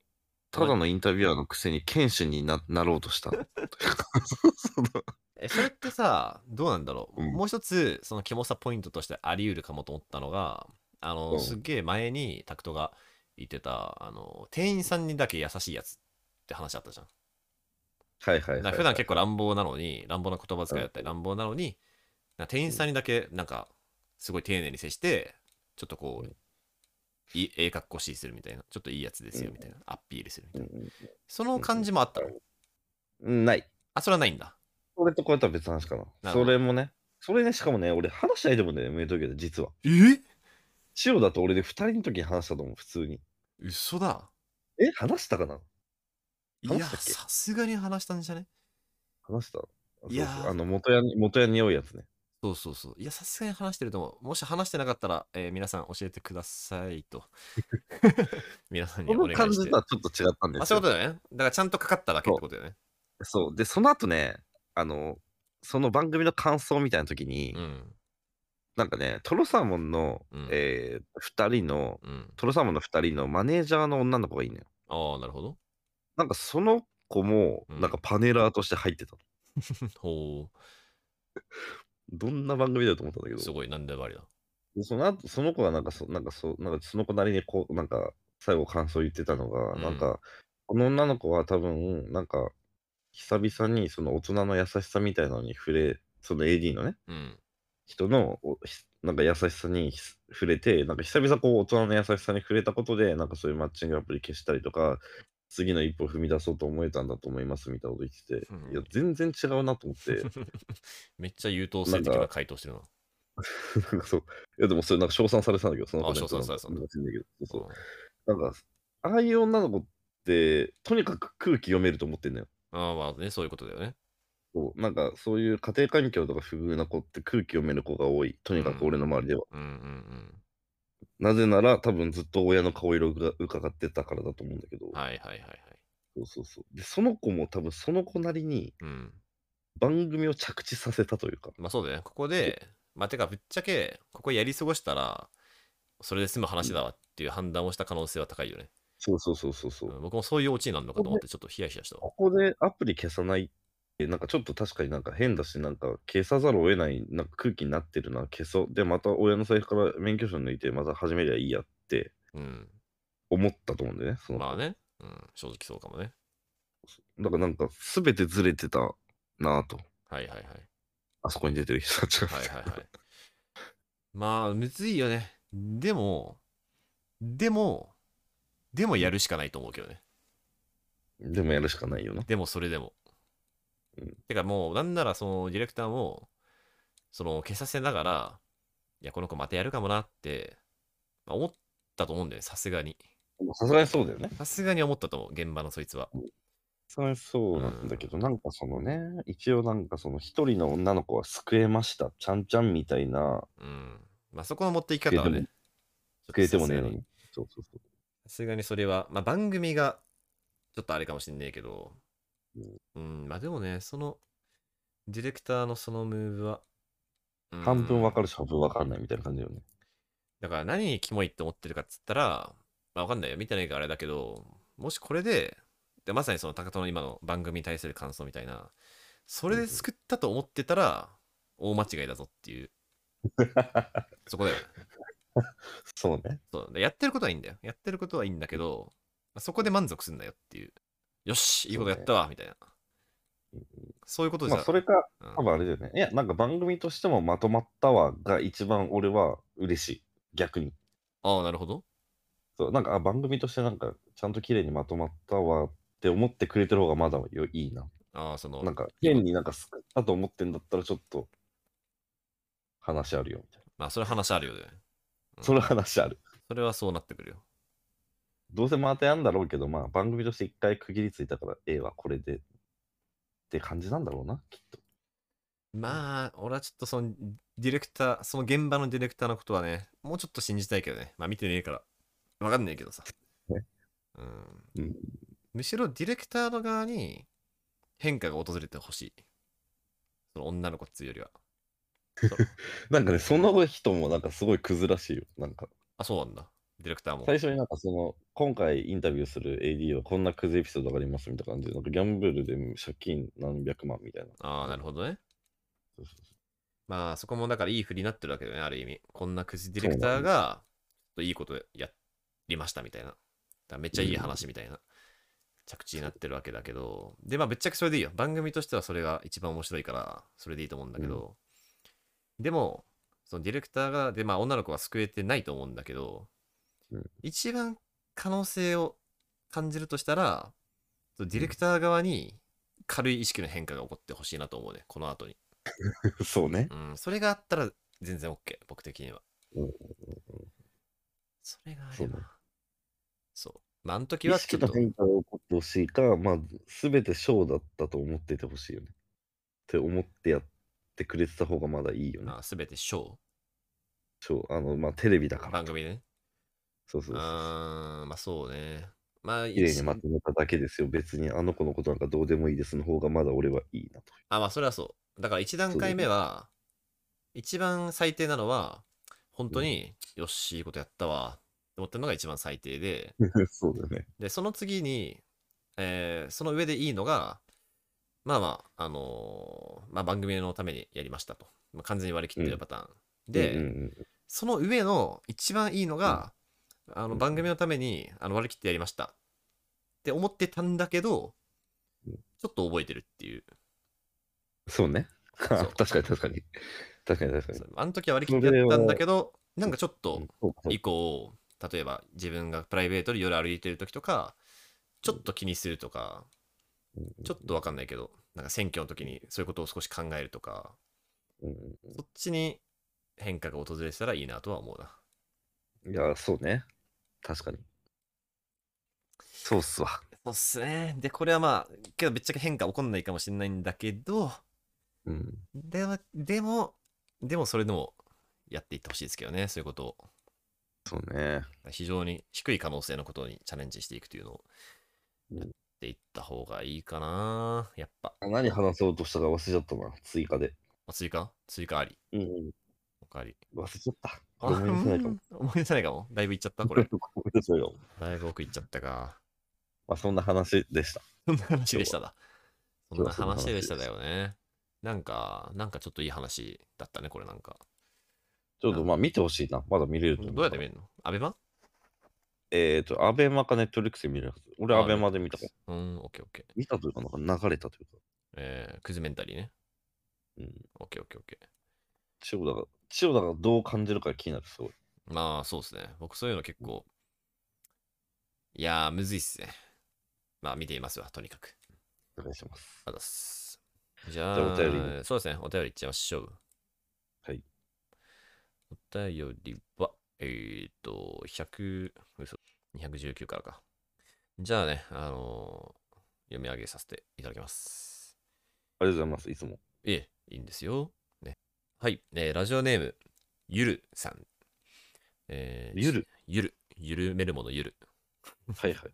[SPEAKER 1] ただのインタビュアーのくせに剣士にななろうとした。というか その
[SPEAKER 2] えそれってさどうなんだろう、
[SPEAKER 1] うん
[SPEAKER 2] もう一つそのキモさポイントとしてあり得るかもと思ったのがあの、
[SPEAKER 1] うん
[SPEAKER 2] すっげえ前にタクトが言ってたあの店員さんにだけ優しいやつって話あったじゃん、
[SPEAKER 1] はいはいはい、
[SPEAKER 2] なんか普段結構乱暴なのに乱暴な言葉遣いだったり乱暴なのになんか店員さんにだけなんかすごい丁寧に接してちょっとこう、
[SPEAKER 1] うん
[SPEAKER 2] いいええ格好しいするみたいなちょっといいやつですよみたいな、アピールするみたいな
[SPEAKER 1] うん
[SPEAKER 2] その感じもあったの、
[SPEAKER 1] うんない。
[SPEAKER 2] あそれはないんだ
[SPEAKER 1] それとこれとは別の話かな。
[SPEAKER 2] なるほ
[SPEAKER 1] そ
[SPEAKER 2] ど
[SPEAKER 1] れもね、それね、しかもね、俺話しないでもね、メイトゲー実は。
[SPEAKER 2] え
[SPEAKER 1] 塩だと俺で2人の時に話したと思う、普通に。
[SPEAKER 2] 嘘だ
[SPEAKER 1] え、話したかない話
[SPEAKER 2] や
[SPEAKER 1] したっけ
[SPEAKER 2] さすがに話したんじゃね
[SPEAKER 1] 話した
[SPEAKER 2] いやー
[SPEAKER 1] そうそうあの元屋に、元屋に多いやつね。
[SPEAKER 2] そうそうそう。いや、さすがに話してると思う。もし話してなかったら、えー皆さん教えてください と。皆さんに
[SPEAKER 1] こ
[SPEAKER 2] お願
[SPEAKER 1] の
[SPEAKER 2] い
[SPEAKER 1] 感
[SPEAKER 2] し
[SPEAKER 1] じ
[SPEAKER 2] て。
[SPEAKER 1] とはちょっと違ったんで
[SPEAKER 2] あ、
[SPEAKER 1] す
[SPEAKER 2] そうい
[SPEAKER 1] よ。
[SPEAKER 2] うことだよね。だからちゃんとかかっただけってことだよね。
[SPEAKER 1] そう。で、その後ね、あの、その番組の感想みたいな時に、
[SPEAKER 2] うん。
[SPEAKER 1] なんかね、トロサーモンの、
[SPEAKER 2] うん
[SPEAKER 1] え2人の、
[SPEAKER 2] うん。
[SPEAKER 1] トロサーモンの2人のマネージャーの女の子がいいのよ。
[SPEAKER 2] ああ、なるほど。
[SPEAKER 1] なんかその子も、
[SPEAKER 2] うん
[SPEAKER 1] なんかパネラーとして入ってた。
[SPEAKER 2] ほ
[SPEAKER 1] どんな番組だと思ったんだけ
[SPEAKER 2] う。
[SPEAKER 1] ど。
[SPEAKER 2] すごい、なんでもありだ。
[SPEAKER 1] でその後その子がなんかそなんかそなんかその子なりにこうなんか最後感想言ってたのが、
[SPEAKER 2] うん
[SPEAKER 1] なんかこの女の子は多分なんか久々にその大人の優しさみたいなのに触れ、その AD のね、
[SPEAKER 2] うん。
[SPEAKER 1] 人のおひなんか優しさにひ触れて、なんか久々こう大人の優しさに触れたことで、なんかそういうマッチングアプリ消したりとか、次の一歩踏み出そうと思えたんだと思いますみたいなこと言ってて、
[SPEAKER 2] うん
[SPEAKER 1] いや、全然違うなと思って、
[SPEAKER 2] めっちゃ優等生的な回答してるな。
[SPEAKER 1] なんかそう、いやでもそれなんか称賛されてたんだけど、そのコ
[SPEAKER 2] あ
[SPEAKER 1] メント
[SPEAKER 2] 称賛されてたんだ
[SPEAKER 1] なんかなんか知んないけどそうそうなんか、ああいう女の子って、とにかく空気読めると思ってんのよ。
[SPEAKER 2] ああ、まあね、そういうことだよね。
[SPEAKER 1] そうなんか、そういう家庭環境とか不遇な子って空気読める子が多い。とにかく俺の周りでは。
[SPEAKER 2] うんうんうん。
[SPEAKER 1] なぜなら、多分ずっと親の顔色が伺ってたからだと思うんだけど、
[SPEAKER 2] はいはいはいはい。
[SPEAKER 1] そうそうそう。で、その子も多分その子なりに
[SPEAKER 2] うん。
[SPEAKER 1] 番組を着地させたというか、
[SPEAKER 2] まあそうだよね。ここで、まあてかぶっちゃけ、ここやり過ごしたら、それで済む話だわっていう判断をした可能性は高いよね。
[SPEAKER 1] そうそうそうそうそう
[SPEAKER 2] うん、僕もそういうオチになるのかと思って、ちょっとヒヤヒヤしたわ。
[SPEAKER 1] ここでアプリ消さないって、なんかちょっと確かになんか変だし、なんか消さざるを得ないなんか空気になってるな、消そう。で、また親の財布から免許証抜いて、また始めりゃいいやって
[SPEAKER 2] うん。
[SPEAKER 1] 思ったと思うんだよね。その
[SPEAKER 2] まあね。うん。正直そうかもね。
[SPEAKER 1] だからなんか全てずれてたなぁと。
[SPEAKER 2] はいはいはい。
[SPEAKER 1] あそこに出てる人たちが。
[SPEAKER 2] はいはいはい。 まあ、むずいよね。でも、でも、でもやるしかないと思うけどね。
[SPEAKER 1] でもやるしかないよな。
[SPEAKER 2] でもそれでも。
[SPEAKER 1] うん
[SPEAKER 2] てかもう、なんならそのディレクターも、その消させながら、いや、この子またやるかもなって、まあ思ったと思うんだよね、さすがに。
[SPEAKER 1] さすがにそうだよね。
[SPEAKER 2] さすがに思ったと思う、現場のそいつは。
[SPEAKER 1] さすがにそうなんだけど、なんかそのね、一応なんかその一人の女の子は救えました、ちゃんちゃんみたいな、
[SPEAKER 2] うん。まあそこの持っていき方はね。
[SPEAKER 1] 救えてもねえの
[SPEAKER 2] ち
[SPEAKER 1] に。そ
[SPEAKER 2] ょっとさすがに
[SPEAKER 1] うそうそう。
[SPEAKER 2] さすがにそれは、まあ、番組がちょっとあれかもしんねえけど、うん、まあでもね、その、ディレクターのそのムーブは、うん
[SPEAKER 1] 半分わかるし、半分わかんないみたいな感じよね。
[SPEAKER 2] だから何にキモいって思ってるかっつったら、まあ、わかんないよ、見てないからあれだけど、もしこれで、でまさにその高田の今の番組に対する感想みたいな、それで救ったと思ってたら、大間違いだぞっ ていう、そこだよね。
[SPEAKER 1] そうね。
[SPEAKER 2] そうでやってることはいいんだよ。やってることはいいんだけど、まあそこで満足すんなよっていう。よし、いいことやったわ、みたいな
[SPEAKER 1] うん。
[SPEAKER 2] そういうことじゃ、
[SPEAKER 1] まあそれか、
[SPEAKER 2] うん
[SPEAKER 1] 多分あれだよね。いや、なんか番組としてもまとまったわが一番俺は嬉しい。逆に。
[SPEAKER 2] ああ、なるほど。
[SPEAKER 1] そう、なんかあ番組としてなんかちゃんと綺麗にまとまったわって思ってくれてる方がまだよいいな。
[SPEAKER 2] ああ、その、
[SPEAKER 1] なんか、変になんか救ったと思ってんだったらちょっと話あるよみたい
[SPEAKER 2] まあ、それ話あるよね。う
[SPEAKER 1] な。
[SPEAKER 2] ん
[SPEAKER 1] それは話ある。
[SPEAKER 2] それはそうなってくるよ。
[SPEAKER 1] どうせまたやんだろうけど、まあ番組として一回区切りついたから、A はこれでって感じなんだろうな、きっと。
[SPEAKER 2] まあ、俺はちょっとその、ディレクター、その現場のディレクターのことはね、もうちょっと信じたいけどね。まあ、見てねえから、わかんねえけどさ。
[SPEAKER 1] ね
[SPEAKER 2] う
[SPEAKER 1] うんん。
[SPEAKER 2] むしろディレクターの側に変化が訪れてほしい。その女の子っつうよりは。
[SPEAKER 1] なんかね、その人もなんかすごいクズらしいよ。なんか、
[SPEAKER 2] あ、そうなんだ。ディレクターも。
[SPEAKER 1] 最初になんかその、今回インタビューする AD はこんなクズエピソードがありますみたいな感じで、なんかギャンブルで借金何百万みたいな。
[SPEAKER 2] ああ、なるほどね。
[SPEAKER 1] そうそうそ
[SPEAKER 2] まあ、そこもだからいい振りになってるわけだよね、ある意味。こんなくじディレクターが、ちょっといいことやりましたみたいな。だからめっちゃいい話みたいな着地になってるわけだけど。で、まあ、ぶっちゃけそれでいいよ。番組としてはそれが一番面白いから、それでいいと思うんだけど。でも、そのディレクターが、で、まあ、女の子は救えてないと思うんだけど、
[SPEAKER 1] うん
[SPEAKER 2] 一番可能性を感じるとしたら、そのディレクター側に軽い意識の変化が起こってほしいなと思うね、この後に。
[SPEAKER 1] う そうね。
[SPEAKER 2] うん、それがあったら全然 OK、僕的には。
[SPEAKER 1] うんうん
[SPEAKER 2] それがあ
[SPEAKER 1] そ
[SPEAKER 2] れ
[SPEAKER 1] うね
[SPEAKER 2] ば。そう。まあ、あの時
[SPEAKER 1] 意
[SPEAKER 2] はち
[SPEAKER 1] 識
[SPEAKER 2] ょっ
[SPEAKER 1] の
[SPEAKER 2] と、
[SPEAKER 1] 変化が起こってほしいか、まあ、すべて賞だったと思っててほしいよね。って思ってやってくれてた方がまだいいよね。
[SPEAKER 2] あ全てショー
[SPEAKER 1] 賞、あの、まあ、テレビだから
[SPEAKER 2] 番。組でね。
[SPEAKER 1] そうそうそうそう。
[SPEAKER 2] あーまあそうね。まあ、
[SPEAKER 1] 綺麗に
[SPEAKER 2] 一
[SPEAKER 1] まとめただけですよ。別にあの子のことなんかどうでもいいですの方がまだ俺はいいなと。
[SPEAKER 2] あ、まあそれはそう。だから一段階目は、一番最低なのは、本当に、よし、いいことやったわ、って思ってるのが一番最低で、
[SPEAKER 1] そうだね。
[SPEAKER 2] で、その次に、えーその上でいいのが、まあまあ、あのーまあ番組のためにやりましたと。まあ、完全に割り切ってるパターン。で、
[SPEAKER 1] うんうんうん、
[SPEAKER 2] その上の一番いいのが、あの番組のためにあの割り切ってやりましたって思ってたんだけど、ちょっと覚えてるっていう。
[SPEAKER 1] そうね。
[SPEAKER 2] う
[SPEAKER 1] 確かに確かに。確かに確かに
[SPEAKER 2] そうあの時は割り切ってやったんだけど、なんかちょっと
[SPEAKER 1] うんそうかそうか
[SPEAKER 2] 以降、例えば自分がプライベートで夜歩いてる時とか、ちょっと気にするとか、
[SPEAKER 1] うん
[SPEAKER 2] ちょっとわかんないけど、なんか選挙の時にそういうことを少し考えるとか、
[SPEAKER 1] うん
[SPEAKER 2] そっちに変化が訪れてたらいいなとは思うな。
[SPEAKER 1] いや、そうね。確かに。そうっすわ。
[SPEAKER 2] そうっすね。で、これはまあ、けどぶっちゃけ変化起こんないかもしれないんだけど、
[SPEAKER 1] うん。
[SPEAKER 2] ではでも、でもそれでもやっていってほしいですけどね、そういうことを。
[SPEAKER 1] そうね。
[SPEAKER 2] 非常に低い可能性のことにチャレンジしていくというのを
[SPEAKER 1] うん
[SPEAKER 2] やっていった方がいいかな、やっぱ。
[SPEAKER 1] あ何話そうとしたか忘れちゃったな。追加で。
[SPEAKER 2] あ追加追加あり。
[SPEAKER 1] うん。
[SPEAKER 2] 他あり。
[SPEAKER 1] 忘れちゃった。
[SPEAKER 2] あ
[SPEAKER 1] ごめんなさいか
[SPEAKER 2] う
[SPEAKER 1] も。
[SPEAKER 2] ん 思い出せないかも。だいぶいっちゃった、こ
[SPEAKER 1] ごめん
[SPEAKER 2] れ。
[SPEAKER 1] なさいかも
[SPEAKER 2] だいぶ奥いっちゃったか。
[SPEAKER 1] まあ、そんな話でした。
[SPEAKER 2] そんな話でしただ。そんな
[SPEAKER 1] そう
[SPEAKER 2] 話でし
[SPEAKER 1] そ
[SPEAKER 2] た
[SPEAKER 1] う
[SPEAKER 2] だ
[SPEAKER 1] そ
[SPEAKER 2] よね。なんか、なんかちょっといい話だったね、これなんか。
[SPEAKER 1] ちょっとまあ見てほしいな。まだ見れると思う。
[SPEAKER 2] どうやって見るのアベマ
[SPEAKER 1] えっ、と、アベマかネットフリックスで見れるはず。俺、アベマで見たから。
[SPEAKER 2] うん、オッケーオッケー。
[SPEAKER 1] 見たというか、なんか流れたというか。
[SPEAKER 2] えー、クズメンタリーね。
[SPEAKER 1] うん。
[SPEAKER 2] オッケーオッケーオッケ
[SPEAKER 1] 千代田が、千代田がどう感じるか気になる、すごい。
[SPEAKER 2] ー。まあ、そうですね。僕そういうの結構、いやー、むずいっすね。まあ、見ていますわ、とにかく。
[SPEAKER 1] お願いします。
[SPEAKER 2] あざっす。じゃ
[SPEAKER 1] じゃあ
[SPEAKER 2] あ、
[SPEAKER 1] お便
[SPEAKER 2] そうですね、お便りいっちゃいましょう。
[SPEAKER 1] はい。
[SPEAKER 2] お便りは、えっ、ー、と、100、嘘、219からか。じゃあね、あのー読み上げさせていただきます。
[SPEAKER 1] ありがとうございます、いつも。
[SPEAKER 2] いえ、いいんですよ。ね、はい、えーラジオネーム、ゆるさん。えー
[SPEAKER 1] ゆる。
[SPEAKER 2] ゆる。ゆるめるものゆる。
[SPEAKER 1] はいはいはい。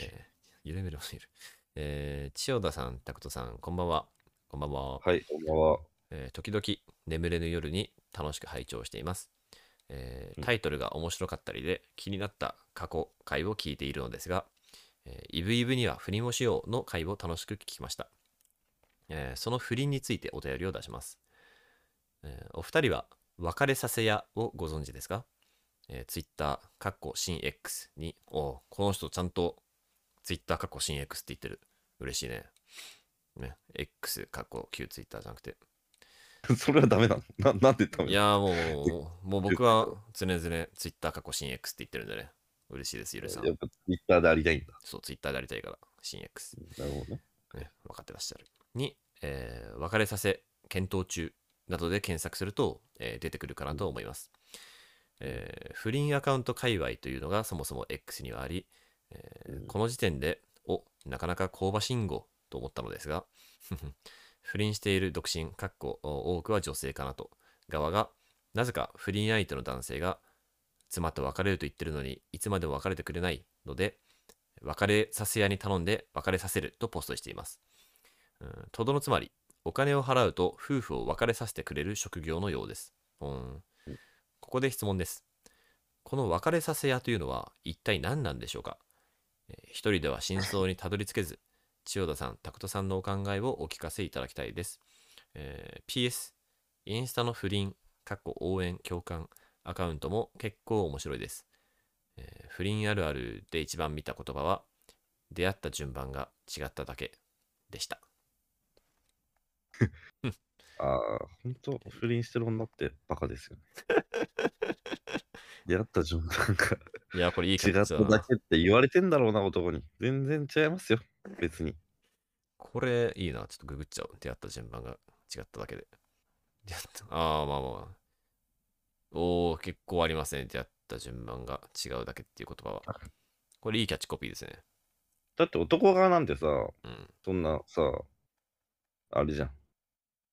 [SPEAKER 2] えーゆるめるものゆる。えー千代田さん、タクトさん、こんばんは。こんばんは。
[SPEAKER 1] はい、こんばんは。
[SPEAKER 2] えー時々眠れぬ夜に楽しく拝聴しています、えー
[SPEAKER 1] うん
[SPEAKER 2] タイトルが面白かったりで気になった過去回を聞いているのですが「えーイブイブには不倫をしよう」の回を楽しく聞きました、えーその不倫についてお便りを出します、えーお二人は「別れさせ屋」をご存知ですか、えー、Twitter かっこ新 X におうこの人ちゃんと Twitter かっこ新 X って言ってる嬉しいねね X かっこ旧 Twitter じゃなくて
[SPEAKER 1] それはダメなのななんでダメ
[SPEAKER 2] いやーもうもう、もう僕は常々 Twitter 過去新 X って言ってるんでね。嬉しいです、ゆるさん
[SPEAKER 1] や。っぱ Twitter でありたいんだ。
[SPEAKER 2] そう、Twitter でありたいから、新 X。
[SPEAKER 1] なるほどね。
[SPEAKER 2] ね、分かってらっしゃる。に、えー別れさせ、検討中などで検索すると、えー出てくるかなと思います。えー不倫アカウント界隈というのがそもそも X にはあり、えー
[SPEAKER 1] うん
[SPEAKER 2] この時点で、おなかなか香ば信号と思ったのですが、 不倫している独身、かっこお多くは女性かなと、側が、なぜか不倫相手の男性が、妻と別れると言ってるのに、いつまでも別れてくれないので、別れさせ屋に頼んで別れさせるとポストしています。うんとどのつまり、お金を払うと夫婦を別れさせてくれる職業のようです。うんここで質問です。この別れさせ屋というのは一体何なんでしょうか、えー一人では真相にたどり着けず、千代田さん、拓人さんのお考えをお聞かせいただきたいです。えー PS、インスタの不倫、かっこ応援、共感アカウントも結構面白いです。えー不倫あるあるで一番見た言葉は、出会った順番が違っただけでした。
[SPEAKER 1] ああ、本当不倫してる女ってバカですよね。 出会った順番が
[SPEAKER 2] いや、これいい
[SPEAKER 1] 違った
[SPEAKER 2] 形だ
[SPEAKER 1] だ
[SPEAKER 2] な。
[SPEAKER 1] けって言われてんだろうな、男に。全然違いますよ、別に。
[SPEAKER 2] これいいな。ちょっとググっちゃおう。出会った順番が違っただけで。出会った。ああ、まあまあまあ。おー、結構ありますね。出会った順番が違うだけっていう言葉は。これいいキャッチコピーですね。
[SPEAKER 1] だって男側なんてさ、
[SPEAKER 2] うん。
[SPEAKER 1] そんなさ、あれじゃん。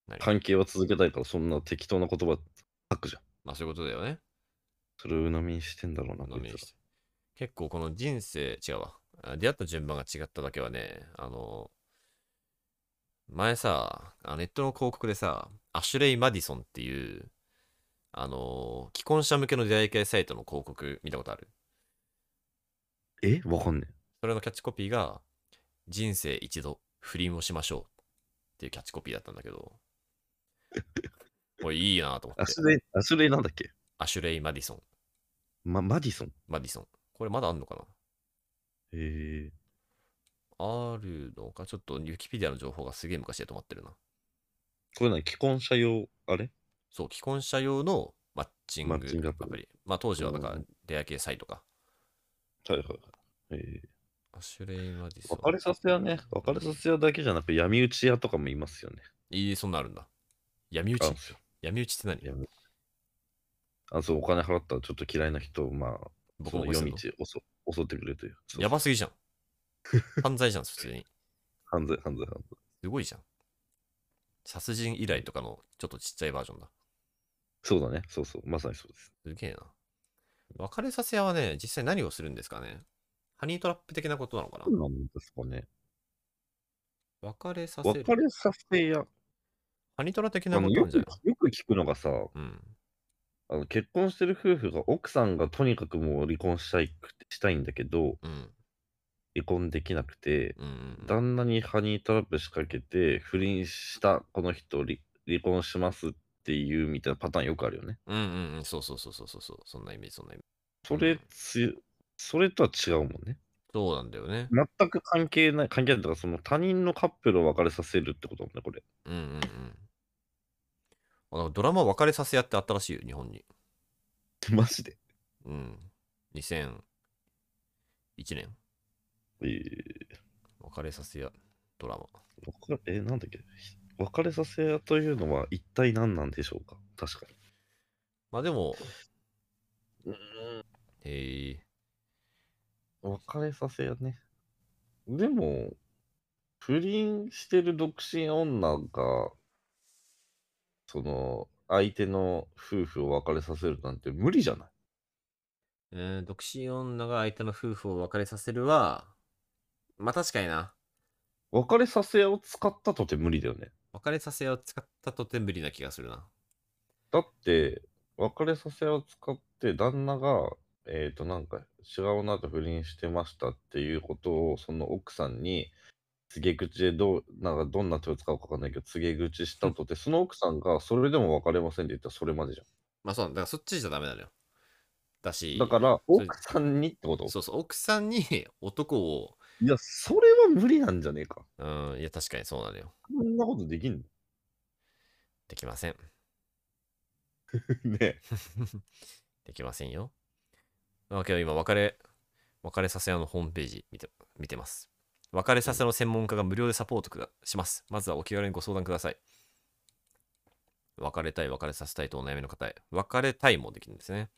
[SPEAKER 2] 何
[SPEAKER 1] 関係は続けたいから、そんな適当な言葉書くじゃん。
[SPEAKER 2] まあそういうことだよね。
[SPEAKER 1] それを鵜呑みにしてんだろうな、
[SPEAKER 2] 飲
[SPEAKER 1] こ
[SPEAKER 2] み
[SPEAKER 1] い
[SPEAKER 2] に
[SPEAKER 1] つ
[SPEAKER 2] して結構この人生、違うわ。あ出会った順番が違っただけはね、あの、前さ、あネットの広告でさ、アシュレイ・マディソンっていう、あの、既婚者向けの出会い系サイトの広告見たことある
[SPEAKER 1] らえわかんね
[SPEAKER 2] それのキャッチコピーが、人生一度不倫をしましょうっていうキャッチコピーだったんだけ ど、これいいなと思
[SPEAKER 1] え。
[SPEAKER 2] っ
[SPEAKER 1] ア
[SPEAKER 2] て
[SPEAKER 1] シュ。レイ、アシュレイなんだっけ
[SPEAKER 2] アシュレイ・マディソン。
[SPEAKER 1] ま、マディソン。
[SPEAKER 2] マディソン。これまだあんのかな
[SPEAKER 1] へえ。
[SPEAKER 2] あるのか、ちょっとウィキペディアの情報がすげえ昔で止まってるな。
[SPEAKER 1] これな、既婚者用、あれ
[SPEAKER 2] そう、既婚者用のマッチング
[SPEAKER 1] マ
[SPEAKER 2] ア
[SPEAKER 1] ッチングアプリ
[SPEAKER 2] プリ。まあ当時はだから
[SPEAKER 1] う
[SPEAKER 2] 出会い系サイトか。
[SPEAKER 1] はいはいはい。え
[SPEAKER 2] アシュレイ・マディ
[SPEAKER 1] ー
[SPEAKER 2] ソン。
[SPEAKER 1] 別れさせ屋ね、別れさせ屋だけじゃなく、闇討ち屋とかもいますよね。
[SPEAKER 2] いい、そんなんあるんだ。闇討
[SPEAKER 1] あ
[SPEAKER 2] ち
[SPEAKER 1] るんですよ
[SPEAKER 2] 闇討ちって何
[SPEAKER 1] 闇討ちあ、そう、お金払ったらちょっと嫌いな人を、まあ、
[SPEAKER 2] 僕
[SPEAKER 1] そ
[SPEAKER 2] も
[SPEAKER 1] の
[SPEAKER 2] 覚えて
[SPEAKER 1] 夜
[SPEAKER 2] るの
[SPEAKER 1] 道を襲襲ってくれるという。そう
[SPEAKER 2] やばすぎじゃん。犯罪じゃん、普通に。
[SPEAKER 1] 犯罪、犯罪、犯罪。
[SPEAKER 2] すごいじゃん。殺人依頼とかのちょっとちっちゃいバージョンだ。
[SPEAKER 1] そうだね、そうそう、まさにそうです。
[SPEAKER 2] すげえな。別れさせ屋はね、実際何をするんですかねハニートラップ的なことなのかな
[SPEAKER 1] そうなんですかね。
[SPEAKER 2] 別れさせる
[SPEAKER 1] 別。れさせ屋。
[SPEAKER 2] ハニトラ的
[SPEAKER 1] あ
[SPEAKER 2] なこ
[SPEAKER 1] の
[SPEAKER 2] とな
[SPEAKER 1] よ
[SPEAKER 2] ん
[SPEAKER 1] く
[SPEAKER 2] じゃない
[SPEAKER 1] よく聞くのがさ、
[SPEAKER 2] のうん。
[SPEAKER 1] あの結婚してる夫婦が奥さんがとにかくもう離婚したいくてしたいんだけど、
[SPEAKER 2] うん。
[SPEAKER 1] 離婚できなくて、
[SPEAKER 2] うんうんうん。
[SPEAKER 1] 旦那にハニートラップ仕掛けて、不倫したこの人離離婚しますっていうみたいなパターンよくあるよね。
[SPEAKER 2] うんうんうん。そうそうそうそうそうそう。そんなイメージ、そんなイメージ。
[SPEAKER 1] それ、
[SPEAKER 2] うん
[SPEAKER 1] つそれとは違うもんね。
[SPEAKER 2] そうなんだよね。
[SPEAKER 1] 全く関係ない、関係ないとか、その他人のカップルを別れさせるってことだもんね、これ。
[SPEAKER 2] うんうんうん。あのドラマ別れさせ屋ってあったらしいよ、日本に。
[SPEAKER 1] マジで。
[SPEAKER 2] うん。2001年。
[SPEAKER 1] えー、
[SPEAKER 2] 別れさせ屋ドラマ。
[SPEAKER 1] 別れえなんだっけ別れさせ屋というのは一体何なんでしょうか確かに。
[SPEAKER 2] まあでも、へえ。
[SPEAKER 1] 別れさせやね。でも、不倫してる独身女が、その、相手の夫婦を別れさせるなんて無理じゃない
[SPEAKER 2] うん、独身女が相手の夫婦を別れさせるは、まあ確かにな。
[SPEAKER 1] 別れさせ屋を使ったとて無理だよね。
[SPEAKER 2] 別れさせ屋を使ったとて無理な気がするな。
[SPEAKER 1] だって、別れさせ屋を使って旦那が、えっ、と、なんか、違う女と不倫してましたっていうことを、その奥さんに、告げ口でどう、なんかどんな手を使うかわかんないけど、告げ口したとて、その奥さんが、それでも別れませんって言ったらそれまでじゃん。
[SPEAKER 2] まあそうなんだ、だからそっちじゃダメなのよ。だし、
[SPEAKER 1] だから、
[SPEAKER 2] それ
[SPEAKER 1] 奥さんにってこと
[SPEAKER 2] そうそう、奥さんに 男を、
[SPEAKER 1] いや、それは無理なんじゃねえか。
[SPEAKER 2] うん、いや確かにそうなのよ。
[SPEAKER 1] こんなことできん
[SPEAKER 2] できません。
[SPEAKER 1] のねえ
[SPEAKER 2] できませんよ。まあけど今、別れ、別れさせ屋のホームページ見て見てます。別れさせの専門家が無料でサポートくだします。まずはお気軽にご相談ください。別れたい、別れさせたいとお悩みの方へ。別れたいもできるんですね。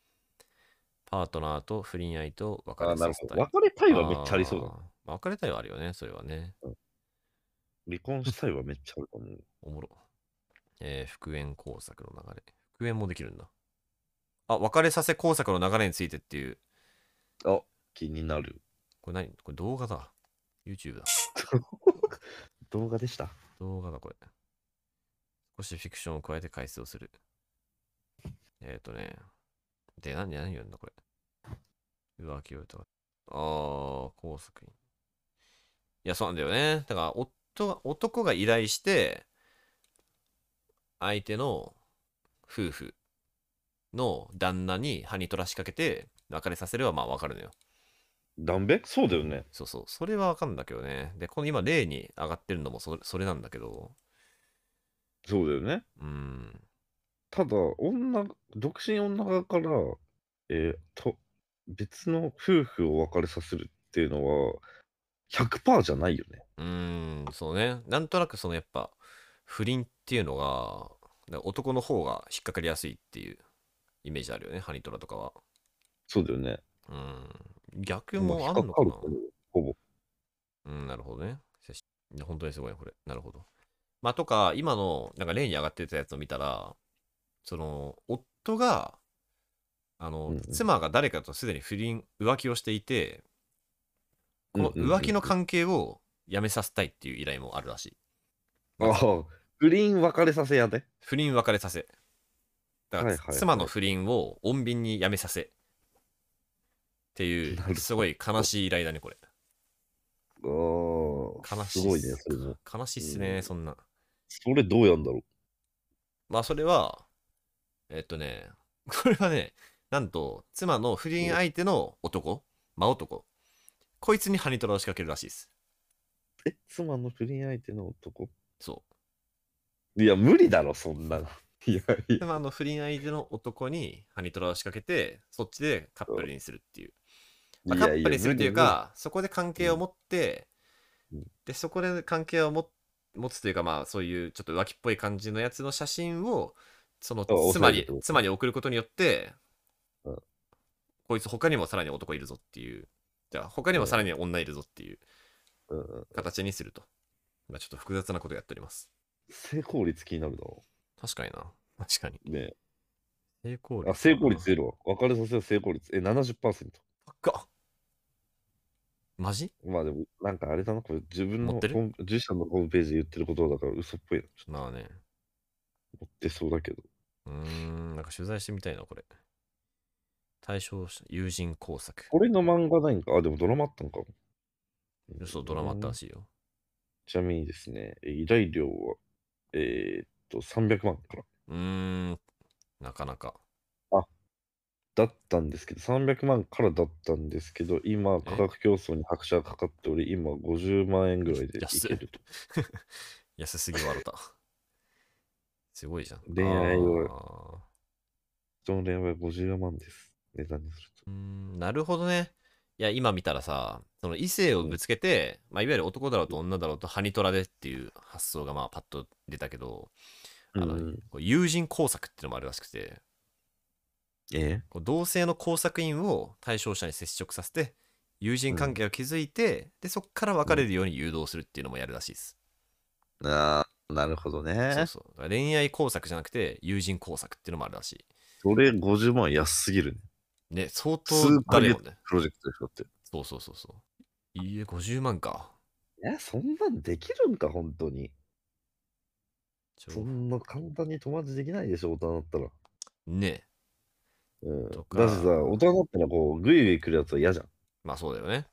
[SPEAKER 2] パートナーと不倫愛と別
[SPEAKER 1] あ
[SPEAKER 2] れ
[SPEAKER 1] な
[SPEAKER 2] さ
[SPEAKER 1] る
[SPEAKER 2] せ
[SPEAKER 1] ほ
[SPEAKER 2] た
[SPEAKER 1] ど。
[SPEAKER 2] い。
[SPEAKER 1] 別れたいはめっちゃありそうだ
[SPEAKER 2] あー
[SPEAKER 1] な。
[SPEAKER 2] まあ別れたいはあるよね、それはね。
[SPEAKER 1] 離婚したいはめっちゃあると思う。
[SPEAKER 2] おもろ。えー復縁工作の流れ。復縁もできるんだ。あ、別れさせ工作の流れについてっていう。
[SPEAKER 1] あ気になる。
[SPEAKER 2] これ何これ動画だ。YouTube だ。
[SPEAKER 1] 動画でした。
[SPEAKER 2] 動画だ、これ。少しフィクションを加えて回数をする。えっ、ー、とね。で、何、何言うんだ、これ。浮気を疑う。あー、工作員。いや、そうなんだよね。だから、夫が、男が依頼して、相手の夫婦の旦那にハニトラしかけて、別れさせれば、まあ、わかるのよ。
[SPEAKER 1] ダンベそうだよね。
[SPEAKER 2] そうそう、それはわかるんだけどね。で、この今、例に上がってるのもそれそれなんだけど、
[SPEAKER 1] そうだよね。
[SPEAKER 2] うーん、
[SPEAKER 1] ただ、女、独身女側から、えーと、別の夫婦を別れさせるっていうのは、100%じゃないよね。
[SPEAKER 2] うーん、そうね。なんとなく、そのやっぱ、不倫っていうのが、だから男の方が引っかかりやすいっていうイメージあるよね、ハニトラとかは。
[SPEAKER 1] そうだよね。
[SPEAKER 2] うーん、逆もあるの
[SPEAKER 1] ま
[SPEAKER 2] か
[SPEAKER 1] あ引っ。
[SPEAKER 2] な
[SPEAKER 1] かかると思うほぼ。
[SPEAKER 2] うん、なるほどね。接しいや本当にすごいね、これ。なるほど。まあ、とか、今の、なんか例に上がってたやつを見たら、その、夫が、あの、
[SPEAKER 1] うんうん
[SPEAKER 2] 妻が誰かとすでに不倫、浮気をしていて、この
[SPEAKER 1] うんうんうん
[SPEAKER 2] 浮気の関係をやめさせたいっていう依頼もあるらしい。
[SPEAKER 1] ああ、不倫別れさせやで。
[SPEAKER 2] 不倫別れさせ。だ
[SPEAKER 1] は
[SPEAKER 2] から、
[SPEAKER 1] いはいはい
[SPEAKER 2] 妻の不倫を穏便にやめさせ。ってい
[SPEAKER 1] なるほ
[SPEAKER 2] う、
[SPEAKER 1] ど
[SPEAKER 2] すごい悲しい依頼だね、これ。
[SPEAKER 1] 悲
[SPEAKER 2] 悲しい
[SPEAKER 1] すごいね、それも。
[SPEAKER 2] 悲しいっすね、
[SPEAKER 1] うん
[SPEAKER 2] そんな。
[SPEAKER 1] それどうやんだろ
[SPEAKER 2] まあそれは、えっとね、 これはね、なんと、妻の不倫相手の男、真男、こいつにハニトラを仕掛けるらしいです。
[SPEAKER 1] え、妻の不倫相手の男
[SPEAKER 2] そ。
[SPEAKER 1] いや、無理だろ、そんなの。 いやいう
[SPEAKER 2] で
[SPEAKER 1] や、
[SPEAKER 2] もあの不倫相手の男にハニトラを仕掛けて、そっちでカップルにするっていう。まあ
[SPEAKER 1] い
[SPEAKER 2] カ
[SPEAKER 1] や
[SPEAKER 2] ップルにするという、か、そこで関係を持って
[SPEAKER 1] うんうん、
[SPEAKER 2] で、そこで関係をも持つというか、まあそういうちょっと浮気っぽい感じのやつの写真を、その
[SPEAKER 1] あ
[SPEAKER 2] 妻
[SPEAKER 1] 押さえ
[SPEAKER 2] に
[SPEAKER 1] ておく、
[SPEAKER 2] 妻に送ることによって
[SPEAKER 1] うん、
[SPEAKER 2] こいつ他にもさらに男いるぞっていう、じゃあ他にもさらに女いるぞっていう
[SPEAKER 1] 無理無理うんうん、
[SPEAKER 2] 形にすると。まあちょっと複雑なことやっております。
[SPEAKER 1] 成功率気になるだろ。
[SPEAKER 2] 確かにな。確かに。
[SPEAKER 1] ね
[SPEAKER 2] 成功
[SPEAKER 1] えあ、成功率ゼロ。別れさせる成功率。え、70%。
[SPEAKER 2] 高っマジ
[SPEAKER 1] まあでも、なんかあれだな、これ自分
[SPEAKER 2] 持
[SPEAKER 1] の
[SPEAKER 2] ってる
[SPEAKER 1] ホーム自社のホームページで言ってることだから嘘っぽいな。ちょっ
[SPEAKER 2] まあね。
[SPEAKER 1] と持ってそうだけど。
[SPEAKER 2] うーん、なんか取材してみたいな、これ。対象者友人工作。
[SPEAKER 1] これの漫画ないんかあ、でもドラマあったのかも。
[SPEAKER 2] 嘘、ドラマあったら
[SPEAKER 1] ち
[SPEAKER 2] しいよ。
[SPEAKER 1] なみにですね、え依頼料は、えー、っと、300万から。
[SPEAKER 2] うーん、なかなか。
[SPEAKER 1] だったんですけど、300万からだったんですけど、今、価格競争に拍車がかかっており、今、50万円ぐらいでいけると。
[SPEAKER 2] 安すぎ笑った。 すごいじゃん。
[SPEAKER 1] 恋愛
[SPEAKER 2] を。
[SPEAKER 1] 人の恋愛は50万です。値段にすると。
[SPEAKER 2] うーんなるほどね。いや、今見たらさ、その異性をぶつけて、まあ、いわゆる男だろうと女だろうとハニトラでっていう発想がまあパッと出たけど、あの
[SPEAKER 1] うん
[SPEAKER 2] こう友人工作っていうのもあるらしくて、
[SPEAKER 1] え
[SPEAKER 2] こう同性の工作員を対象者に接触させて、友人関係を築いて、でそこから別れるように誘導するっていうのもやるらしいです。
[SPEAKER 1] ああ、なるほど
[SPEAKER 2] そう
[SPEAKER 1] ね。
[SPEAKER 2] そうだから恋愛工作じゃなくて、友人工作っていうのもあるらし
[SPEAKER 1] それ50万安すぎるね。
[SPEAKER 2] い。ね、相当
[SPEAKER 1] スーパー
[SPEAKER 2] 誰もね。
[SPEAKER 1] プロジェクトでしょって。
[SPEAKER 2] そうそうそうそう。いいえ、50万か。
[SPEAKER 1] え、そんなんできるんか、本当に。
[SPEAKER 2] ちょ
[SPEAKER 1] そんな簡単に友達できないでしょ、大人だったら。
[SPEAKER 2] ね
[SPEAKER 1] うん。だ
[SPEAKER 2] と
[SPEAKER 1] し
[SPEAKER 2] か
[SPEAKER 1] さ、大人だったら、こう、グイグイ来るやつは嫌じゃん。
[SPEAKER 2] まあそうだよね。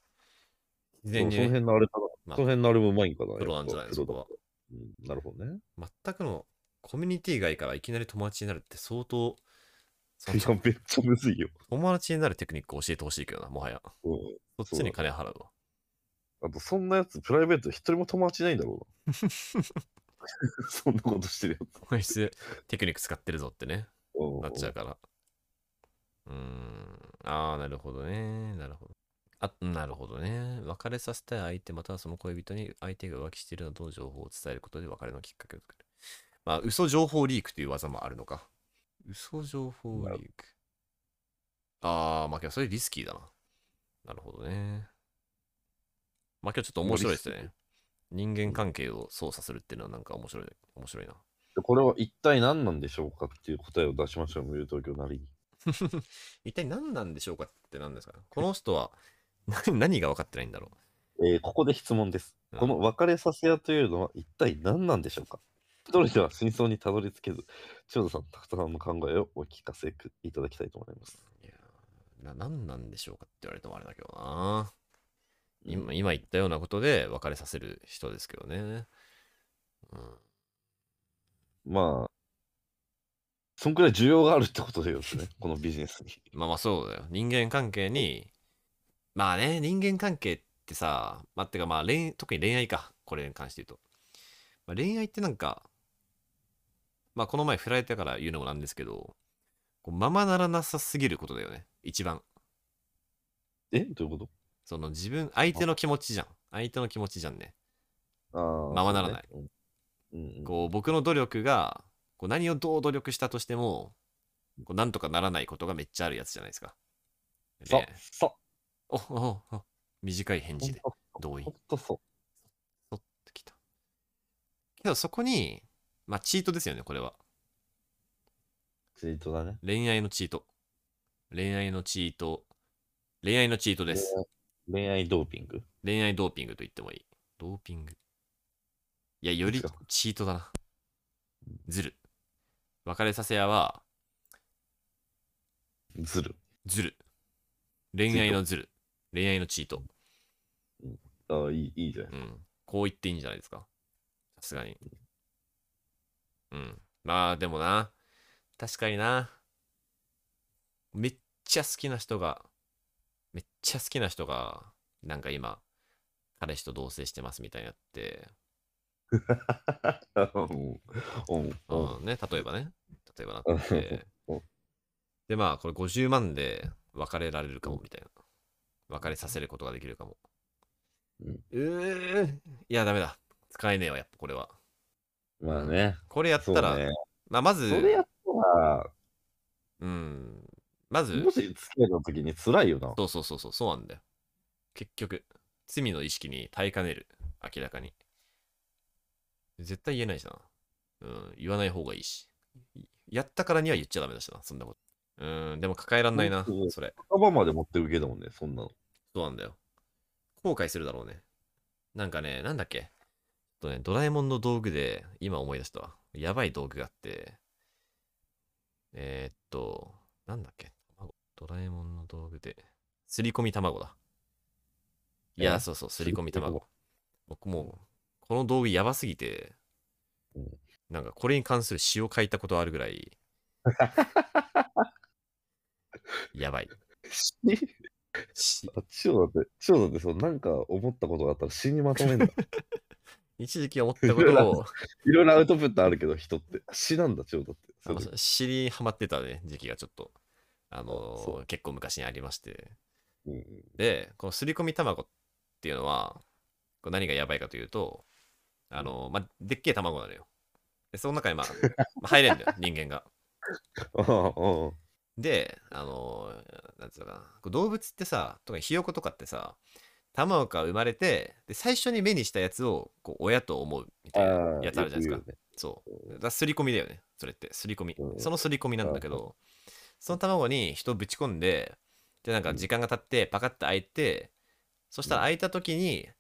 [SPEAKER 2] 事
[SPEAKER 1] そ
[SPEAKER 2] 前
[SPEAKER 1] の
[SPEAKER 2] に
[SPEAKER 1] その
[SPEAKER 2] ね、
[SPEAKER 1] 辺のあれかな。
[SPEAKER 2] まあ
[SPEAKER 1] その辺のあれもうまいんかな。
[SPEAKER 2] プロなんじゃない
[SPEAKER 1] や
[SPEAKER 2] の
[SPEAKER 1] っぱ
[SPEAKER 2] そ
[SPEAKER 1] プロ
[SPEAKER 2] こ
[SPEAKER 1] だ
[SPEAKER 2] は。
[SPEAKER 1] うんなるほどね。
[SPEAKER 2] 全くのコミュニティ外からいきなり友達になるって相当、そ
[SPEAKER 1] いや、
[SPEAKER 2] の
[SPEAKER 1] めっちゃむずいよ。
[SPEAKER 2] 友達になるテクニックを教えてほしいけどな、もはや。
[SPEAKER 1] うん
[SPEAKER 2] そっちに金払うわ。
[SPEAKER 1] あと、そんなやつ、プライベート一人も友達いないんだろう な。そんなことしてるやつ。
[SPEAKER 2] こいつ、テクニック使ってるぞってね、
[SPEAKER 1] うん
[SPEAKER 2] なっちゃうから。うーん、ああ、なるほどね。なるほど。あ、なるほどね。別れさせたい相手、またはその恋人に相手が浮気しているなどの情報を伝えることで別れのきっかけを作る。まあ、嘘情報リークという技もあるのか。嘘情報リーク。ああ、まあけどそれリスキーだな。なるほどね。まあ今日ちょっと面白いです
[SPEAKER 1] リス
[SPEAKER 2] ね。人間関係を操作するっていうのはなんか面白い、面白いな。
[SPEAKER 1] でこれは一体何なんでしょうかっていう答えを出しましょう、無友東京なりに。
[SPEAKER 2] 一体何なんでしょうかって何ですかこの人は 何何が分かってないんだろ
[SPEAKER 1] えーここで質問です。
[SPEAKER 2] うん
[SPEAKER 1] この別れさせ屋というのは一体何なんでしょうか一人では真相にたどり着けず、千代田さん、タクトさんの考えをお聞かせくいただきたいと思います。
[SPEAKER 2] ういやな何なんでしょうかって言われてもあれだけどな今今言ったようなことで別れさせる人ですけどね、うん、
[SPEAKER 1] まあ、そんくらい需要があるってことです ね、このビジネスに。
[SPEAKER 2] まあまあそうだよ人間関係にまあね人間関係ってさまあってかまあ恋特に恋愛かこれに関して言うと、まあ、恋愛ってなんかまあこの前振られたから言うのもなんですけどこうままならなさすぎることだよね一番
[SPEAKER 1] えどういうこと
[SPEAKER 2] その自分、相手の気持ちじゃん。相手の気持ちじゃんね。
[SPEAKER 1] あー
[SPEAKER 2] ままならない。
[SPEAKER 1] そうねうんうんうん
[SPEAKER 2] こう、僕の努力が、こう何をどう努力したとしても、こうなんとかならないことがめっちゃあるやつじゃないですか。
[SPEAKER 1] そう
[SPEAKER 2] ね、
[SPEAKER 1] そう。
[SPEAKER 2] おおお短い返事で、
[SPEAKER 1] ほんと
[SPEAKER 2] 同意
[SPEAKER 1] ほんとそ
[SPEAKER 2] そってきた。けどそこに、まあチートですよね、これは。
[SPEAKER 1] う。ツイートだね。
[SPEAKER 2] 恋愛のチート。恋愛のチート。恋愛のチートです。
[SPEAKER 1] 恋愛ドーピング。
[SPEAKER 2] 恋愛ドーピングと言ってもいい。ドーピング。いや、より
[SPEAKER 1] 違う
[SPEAKER 2] チートだな。ずる。別れさせ屋は、
[SPEAKER 1] ずる。
[SPEAKER 2] ずる。恋愛のずる。恋愛のチート。
[SPEAKER 1] ああ、いい、いいじゃない。
[SPEAKER 2] うん。こう言っていいんじゃないですか。さすがに。うん。まあ、でもな。確かにな。めっちゃ好きな人が、めっちゃ好きな人が、なんか今、彼氏と同棲してますみたいになって、
[SPEAKER 1] うんうんうん
[SPEAKER 2] うんね、例えばね、例えばなって
[SPEAKER 1] うん、
[SPEAKER 2] で、まあ、これ50万で別れられるかもみたいな。別れさせることができるかも。
[SPEAKER 1] うん
[SPEAKER 2] うーん、いや、ダメだ。使えねえわ、やっぱこれは。
[SPEAKER 1] まあね。
[SPEAKER 2] これやった
[SPEAKER 1] そう
[SPEAKER 2] ら、
[SPEAKER 1] ね。
[SPEAKER 2] まあ、ま
[SPEAKER 1] それ
[SPEAKER 2] ず、
[SPEAKER 1] やったら、
[SPEAKER 2] うん、まず、
[SPEAKER 1] もし付き合いの時に辛いよな。
[SPEAKER 2] そうそうそうそう、そうなんだよ。結局、罪の意識に耐えかねる、明らかに。絶対言えないしな。うん、言わない方がいいし。いやったからには言っちゃダメだしな、そんなこと。うん、でも抱えらんないな
[SPEAKER 1] 本当、だ
[SPEAKER 2] それ。
[SPEAKER 1] 言葉まで持ってるけどもね、そんな の。
[SPEAKER 2] そうなんだよ。後悔するだろうね。なんかね、なんだっけ。ちょっとね、ドラえもんの道具で、今思い出したわ。やばい道具があって。えー、っと、なんだっけ。卵ドラえもんの道具で。すり込み卵だ。いや、
[SPEAKER 1] え
[SPEAKER 2] そうそう、すり込み
[SPEAKER 1] すり込み
[SPEAKER 2] 卵。僕もう、この道具やばすぎて
[SPEAKER 1] うん、
[SPEAKER 2] なんかこれに関する詩を書いたことあるぐら い、やばい。詩
[SPEAKER 1] あ千代だって、千代だってそう、なんか思ったことがあったら死にまとめ んだ。
[SPEAKER 2] 一時期思ったことを、
[SPEAKER 1] いろいろアウトプットあるけど、人って。死なんだ、千代だって。
[SPEAKER 2] あの知りハマってたね時期がちょっと、あのー
[SPEAKER 1] そ
[SPEAKER 2] 結構昔にありまして
[SPEAKER 1] うん
[SPEAKER 2] でこのすり込み卵っていうのはこう何がやばいかというとあのーまあ、でっけえ卵なのよでその中に、まあ、まあ入れんだよ人間が
[SPEAKER 1] うん
[SPEAKER 2] であのーなんつうのかなこう動物ってさとかひよことかってさ卵が生まれてで最初に目にしたやつをこう親と思うみたいな
[SPEAKER 1] ああ
[SPEAKER 2] やつあるじゃないですか
[SPEAKER 1] よく言うよね
[SPEAKER 2] そう。だから刷り込みだよね。それって、刷り込み。
[SPEAKER 1] うん
[SPEAKER 2] その刷り込みなんだけど、その卵に人をぶち込んで、で、なんか時間が経って、パカッと開いて、そしたら開いた時に、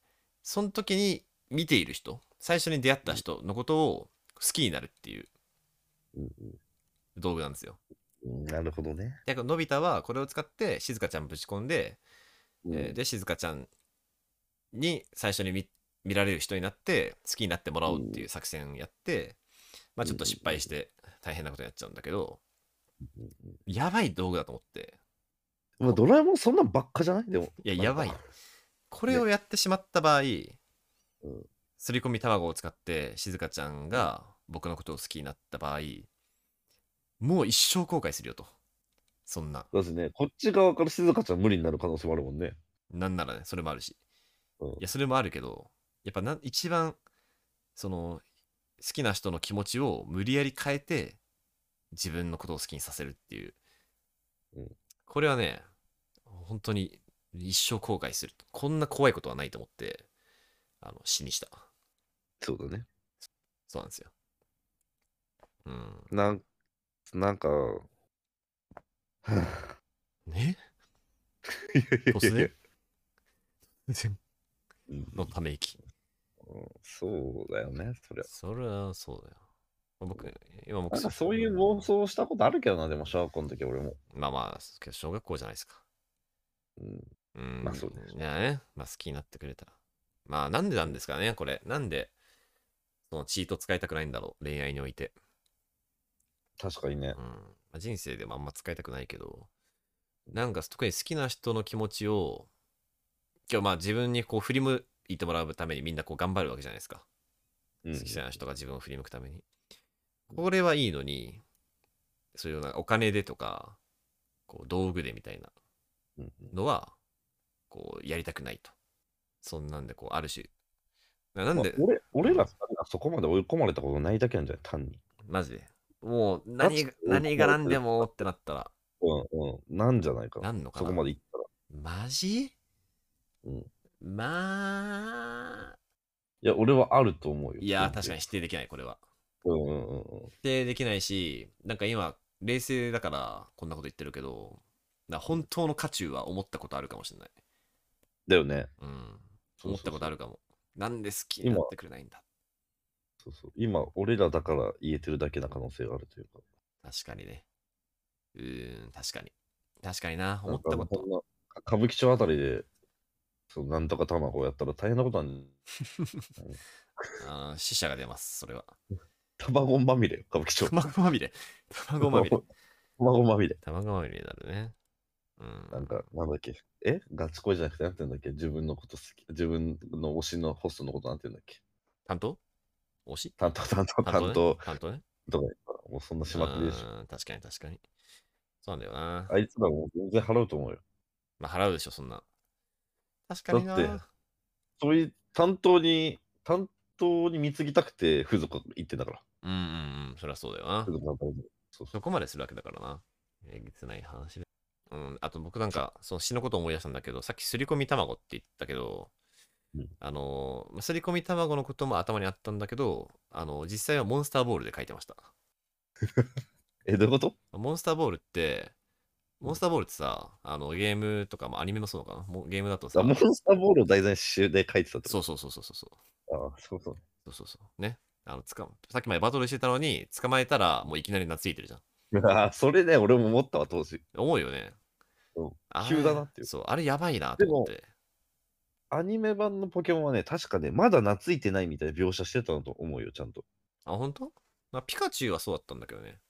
[SPEAKER 2] その時に見ている人、最初に出会った人のことを好きになるっていう
[SPEAKER 1] うん
[SPEAKER 2] 道具なんですよ。
[SPEAKER 1] うんなるほどね。
[SPEAKER 2] で、のび太はこれを使って、しずかちゃんぶち込んで、えー
[SPEAKER 1] で、
[SPEAKER 2] で、しずかちゃんに最初に見見られる人になって、好きになってもらおうっていう作戦やって、まあちょっと失敗して大変なことになっちゃうんだけど、やばい道具だと思って、
[SPEAKER 1] まあ、ドラえもんそんなんばっかじゃないでも。
[SPEAKER 2] いや、
[SPEAKER 1] なんか
[SPEAKER 2] やばい。これをやってしまった場合、
[SPEAKER 1] うん
[SPEAKER 2] すり込み卵を使って、しずかちゃんが僕のことを好きになった場合、もう一生後悔するよと。そんな。
[SPEAKER 1] だしね、こっち側から静香ちゃん無理になる可能性もあるもんね。
[SPEAKER 2] なんならね、それもあるし。
[SPEAKER 1] うん
[SPEAKER 2] いや、それもあるけど、やっぱな一番、その、好きな人の気持ちを無理やり変えて、自分のことを好きにさせるっていう。
[SPEAKER 1] うん
[SPEAKER 2] これはね、本当に一生後悔する。こんな怖いことはないと思って、あの死にした。
[SPEAKER 1] そうだね。
[SPEAKER 2] そうなんですよ。うん。
[SPEAKER 1] なんなんか、いやいや
[SPEAKER 2] ね突
[SPEAKER 1] いやいや
[SPEAKER 2] 然突然
[SPEAKER 1] うん
[SPEAKER 2] のため息。
[SPEAKER 1] そうだよね、そりゃ。
[SPEAKER 2] それはそうだよ。僕、今僕
[SPEAKER 1] なんかそういう妄想したことあるけどな、でも小学校の時俺も。
[SPEAKER 2] まあまあ、けど小学校じゃないですか。
[SPEAKER 1] うん
[SPEAKER 2] うん。
[SPEAKER 1] まあそうです
[SPEAKER 2] いやね。まあ好きになってくれたら。まあなんでなんですかね、これ。なんで、そのチート使いたくないんだろう。恋愛において。
[SPEAKER 1] 確かにね
[SPEAKER 2] うん。。まあ、人生でもあんま使いたくないけど、なんか特に好きな人の気持ちを、今日まあ自分にこう振り向いてもらうためにみんなこう頑張るわけじゃないですか。
[SPEAKER 1] うん
[SPEAKER 2] 好きな人が自分を振り向くために。これはいいのに、そういうなんかお金でとか、こう道具でみたいな。
[SPEAKER 1] うん
[SPEAKER 2] のはこうやりたくないとそんなんでこうある種ななんで
[SPEAKER 1] まあ俺俺ら二人がそこまで追い込まれたことないだけなんじゃない単に。
[SPEAKER 2] マジでもう何が
[SPEAKER 1] だって
[SPEAKER 2] 何が何でもってなったら
[SPEAKER 1] うんうん。なんじゃないかな。
[SPEAKER 2] なんのか
[SPEAKER 1] そこま
[SPEAKER 2] な
[SPEAKER 1] でいったら。
[SPEAKER 2] マジ
[SPEAKER 1] うん
[SPEAKER 2] まあ
[SPEAKER 1] いや、俺はあると思うよ。
[SPEAKER 2] いやー確かに
[SPEAKER 1] に。
[SPEAKER 2] 否定できないこれは
[SPEAKER 1] うんうんうんうん。
[SPEAKER 2] 否定できないしなんか今冷静だからこんなこと言ってるけどな本当の渦中は思ったことあるかもしれない、
[SPEAKER 1] だよね。
[SPEAKER 2] うん、思ったことあ
[SPEAKER 1] る。
[SPEAKER 2] るかもなんで好きになってくれないんだ
[SPEAKER 1] そうそう今、俺らだから言えてるだけな可能性があるというか。
[SPEAKER 2] 確かにね。うーん、確かに。確かにな、思った
[SPEAKER 1] な
[SPEAKER 2] こ
[SPEAKER 1] んか
[SPEAKER 2] と。
[SPEAKER 1] んな歌舞伎町あたりで、そうなんとか卵をやったら大変なことなん
[SPEAKER 2] あー死者が出ます、 それは。
[SPEAKER 1] 卵まみれよ、歌舞伎町。
[SPEAKER 2] 卵まみれ。卵まみれ。
[SPEAKER 1] 卵まみれ。
[SPEAKER 2] 卵まみれになるね。うん。
[SPEAKER 1] なんか、なんだっけ、えガチ恋じゃなくてなんて言うんだっけ自分のこと好き、自分の推しのホストのことなんて言うんだっけ
[SPEAKER 2] 担当推 し
[SPEAKER 1] 担当、担当、担当
[SPEAKER 2] 担当ね。
[SPEAKER 1] とか言ったら、もうそんなしまくりでしょ。
[SPEAKER 2] うん確かに確かに。そうなんだよな。
[SPEAKER 1] あいつらもう全然払うと思うよ。
[SPEAKER 2] まあ払うでしょ、そんな。確かにな。
[SPEAKER 1] だってそういう担当に、担当に貢ぎたくて、風俗行ってんだから。
[SPEAKER 2] うんうんうん、そりゃそうだよな
[SPEAKER 1] 風。俗なんかそうそ
[SPEAKER 2] そこまでするわけだからな。えげつない話だ。うん、あと僕なんか、その詩のことを思い出したんだけど、さっきすり込み卵って言ったけど、
[SPEAKER 1] うん
[SPEAKER 2] あのー、まあすり込み卵のことも頭にあったんだけど、あのー、実際はモンスターボールで書いてました。
[SPEAKER 1] う。え、どういうこと
[SPEAKER 2] モンスターボールって、モンスターボールってさ、あのゲームとか、まあ、アニメもそうかな、もうゲームだとさ
[SPEAKER 1] あ、モンスターボールを題材に詩で書いてたって
[SPEAKER 2] そううそうそうそうそう、
[SPEAKER 1] あそうそう。
[SPEAKER 2] そうそうそう、ね、あのつかさっきまでバトルしてたのに、捕まえたら、もういきなり懐いてるじゃん。
[SPEAKER 1] あそれね、俺も思ったわ、当時。
[SPEAKER 2] 思うよね。
[SPEAKER 1] うん
[SPEAKER 2] あれ
[SPEAKER 1] 急だなっていう
[SPEAKER 2] そう、あれやばいなと思って。
[SPEAKER 1] アニメ版のポケモンはね、確かね、まだ懐いてないみたいな描写してたのと思うよ、ちゃんと。
[SPEAKER 2] あ、本当？まあ、ピカチュウはそうだったんだけどね。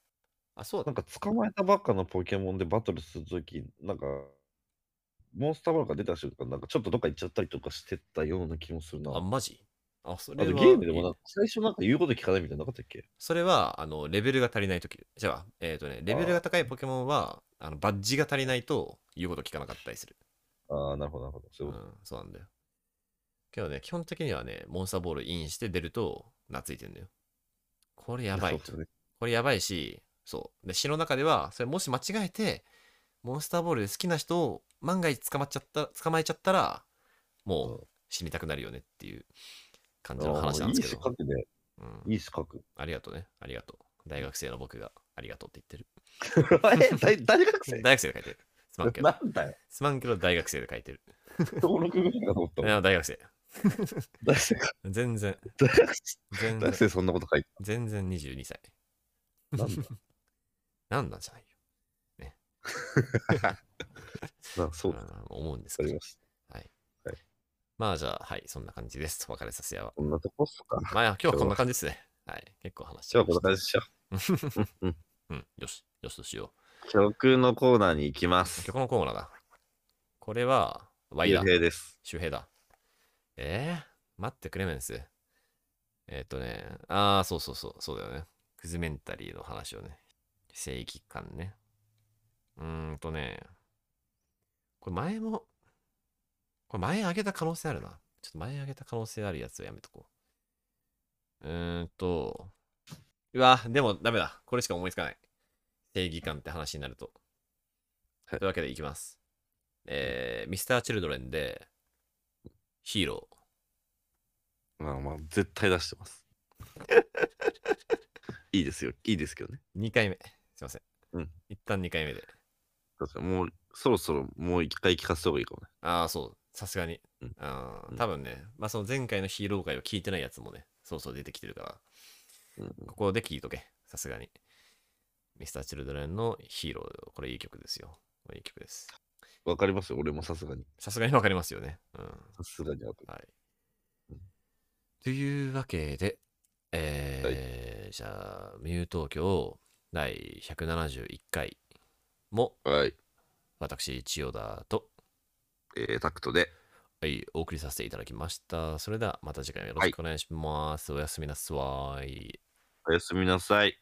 [SPEAKER 2] あ、そうだ
[SPEAKER 1] な
[SPEAKER 2] っ
[SPEAKER 1] んか捕まえたばっかのポケモンでバトルするとき、なんか、モンスターボールが出た瞬間、なんかちょっとどっか行っちゃったりとかしてたような気もするな。
[SPEAKER 2] た。あ、マジあ、そ
[SPEAKER 1] あ
[SPEAKER 2] れ
[SPEAKER 1] と
[SPEAKER 2] は。
[SPEAKER 1] ゲームでもなんか最初なんか言うこと聞かないみたいなのなかったっけ
[SPEAKER 2] それは、あの、レベルが足りないとき。じゃあ、えっ、とね、レベルが高いポケモンは、あのバッジが足りないと、言うこと聞かなかったりする。、
[SPEAKER 1] ああ、なるほど、なるほど。そううん
[SPEAKER 2] そうなんだよ。けどね、基本的にはね、モンスターボールインして出ると、懐いてんだよ。これやばい。
[SPEAKER 1] そうね
[SPEAKER 2] これやばいし、そう。で、詩の中では、それもし間違えて、モンスターボールで好きな人を万が一捕まっちゃった、捕まえちゃったら、もう死にたくなるよねっていう感じの話なん
[SPEAKER 1] あーい
[SPEAKER 2] で
[SPEAKER 1] い
[SPEAKER 2] す
[SPEAKER 1] し
[SPEAKER 2] け
[SPEAKER 1] 書
[SPEAKER 2] ど。
[SPEAKER 1] くね。
[SPEAKER 2] うん、
[SPEAKER 1] いいし書 く。
[SPEAKER 2] ありがとうね。ありがとう。大学生の僕がありがとうって言って
[SPEAKER 1] え、大大学 生
[SPEAKER 2] る。大学生で書いてる。すまんけど。
[SPEAKER 1] なんだよ。
[SPEAKER 2] すまんけど大学生で書いてる。
[SPEAKER 1] 登録ぐらいかと思った
[SPEAKER 2] い
[SPEAKER 1] もん。
[SPEAKER 2] や大学生。
[SPEAKER 1] 大学生か
[SPEAKER 2] 全然、
[SPEAKER 1] 大学生大
[SPEAKER 2] 全然
[SPEAKER 1] 学、生そんなこと書い て
[SPEAKER 2] 全然22歳。
[SPEAKER 1] たなんだ
[SPEAKER 2] なんなんじゃないよ。
[SPEAKER 1] なんかそうだ。
[SPEAKER 2] うん思うんですけ
[SPEAKER 1] わかり
[SPEAKER 2] ど
[SPEAKER 1] ま。した。
[SPEAKER 2] まあじゃあ、はい、そんな感じです。お別れさせやわ。
[SPEAKER 1] こんなとこっすか。
[SPEAKER 2] まあ今日はこんな感じですね。はい。結構話しち
[SPEAKER 1] じゃあ、
[SPEAKER 2] ゃいま
[SPEAKER 1] こん
[SPEAKER 2] し
[SPEAKER 1] な
[SPEAKER 2] た
[SPEAKER 1] 感じでしょ。うんうん
[SPEAKER 2] うん、よし、よしとしよ
[SPEAKER 1] 曲のコーナーに行きま
[SPEAKER 2] う。
[SPEAKER 1] す。
[SPEAKER 2] 曲のコーナーだ。これは、ワイ
[SPEAKER 1] ゆ
[SPEAKER 2] だ
[SPEAKER 1] う。へいです。
[SPEAKER 2] 周平だ。えー、待って、クレメンス。えーっ、とね、ああ、そうそうそう、そうだよね。クズメンタリーの話をね。正義感ね。うーんとね、これ前も、これ前上げた可能性あるな。ちょっと前上げた可能性あるやつはやめとこう。うーんと、うわ、でもダメだ。これしか思いつかない。正義感って話になると。
[SPEAKER 1] はい
[SPEAKER 2] というわけでいきます。えー、ミスター・チルドレンで、ヒーロー。
[SPEAKER 1] まあまあ、絶対出して ます。いいですよ。いいですけどね。
[SPEAKER 2] 2回目。すいません。
[SPEAKER 1] うん
[SPEAKER 2] 一旦2回目で。
[SPEAKER 1] 確かにもう、そろそろもう一回聞かせた方がいいかもね。
[SPEAKER 2] ああ、そう。さすがに。
[SPEAKER 1] うん
[SPEAKER 2] あー
[SPEAKER 1] うん
[SPEAKER 2] 多分ね、まあその前回のヒーロー会を聞いてないやつもね、そうそう出てきてるから、
[SPEAKER 1] うん
[SPEAKER 2] ここで聞いとけ。さすがに。ミスター・チルドレンのヒーロー。これいい曲ですよ。これいい曲です。
[SPEAKER 1] わかりますよ。俺もさすがに。
[SPEAKER 2] さすがにわかりますよね。うん。
[SPEAKER 1] さすがにわかる。
[SPEAKER 2] はい
[SPEAKER 1] うん。
[SPEAKER 2] というわけで、えーじゃあ、ミュー東京第171回も
[SPEAKER 1] はい。
[SPEAKER 2] 私、千代田と
[SPEAKER 1] えー、タクトで。
[SPEAKER 2] はい、お送りさせていただきました。それではまた次回もよろしくお願いします。おやすみなさい。
[SPEAKER 1] おやすみなさい。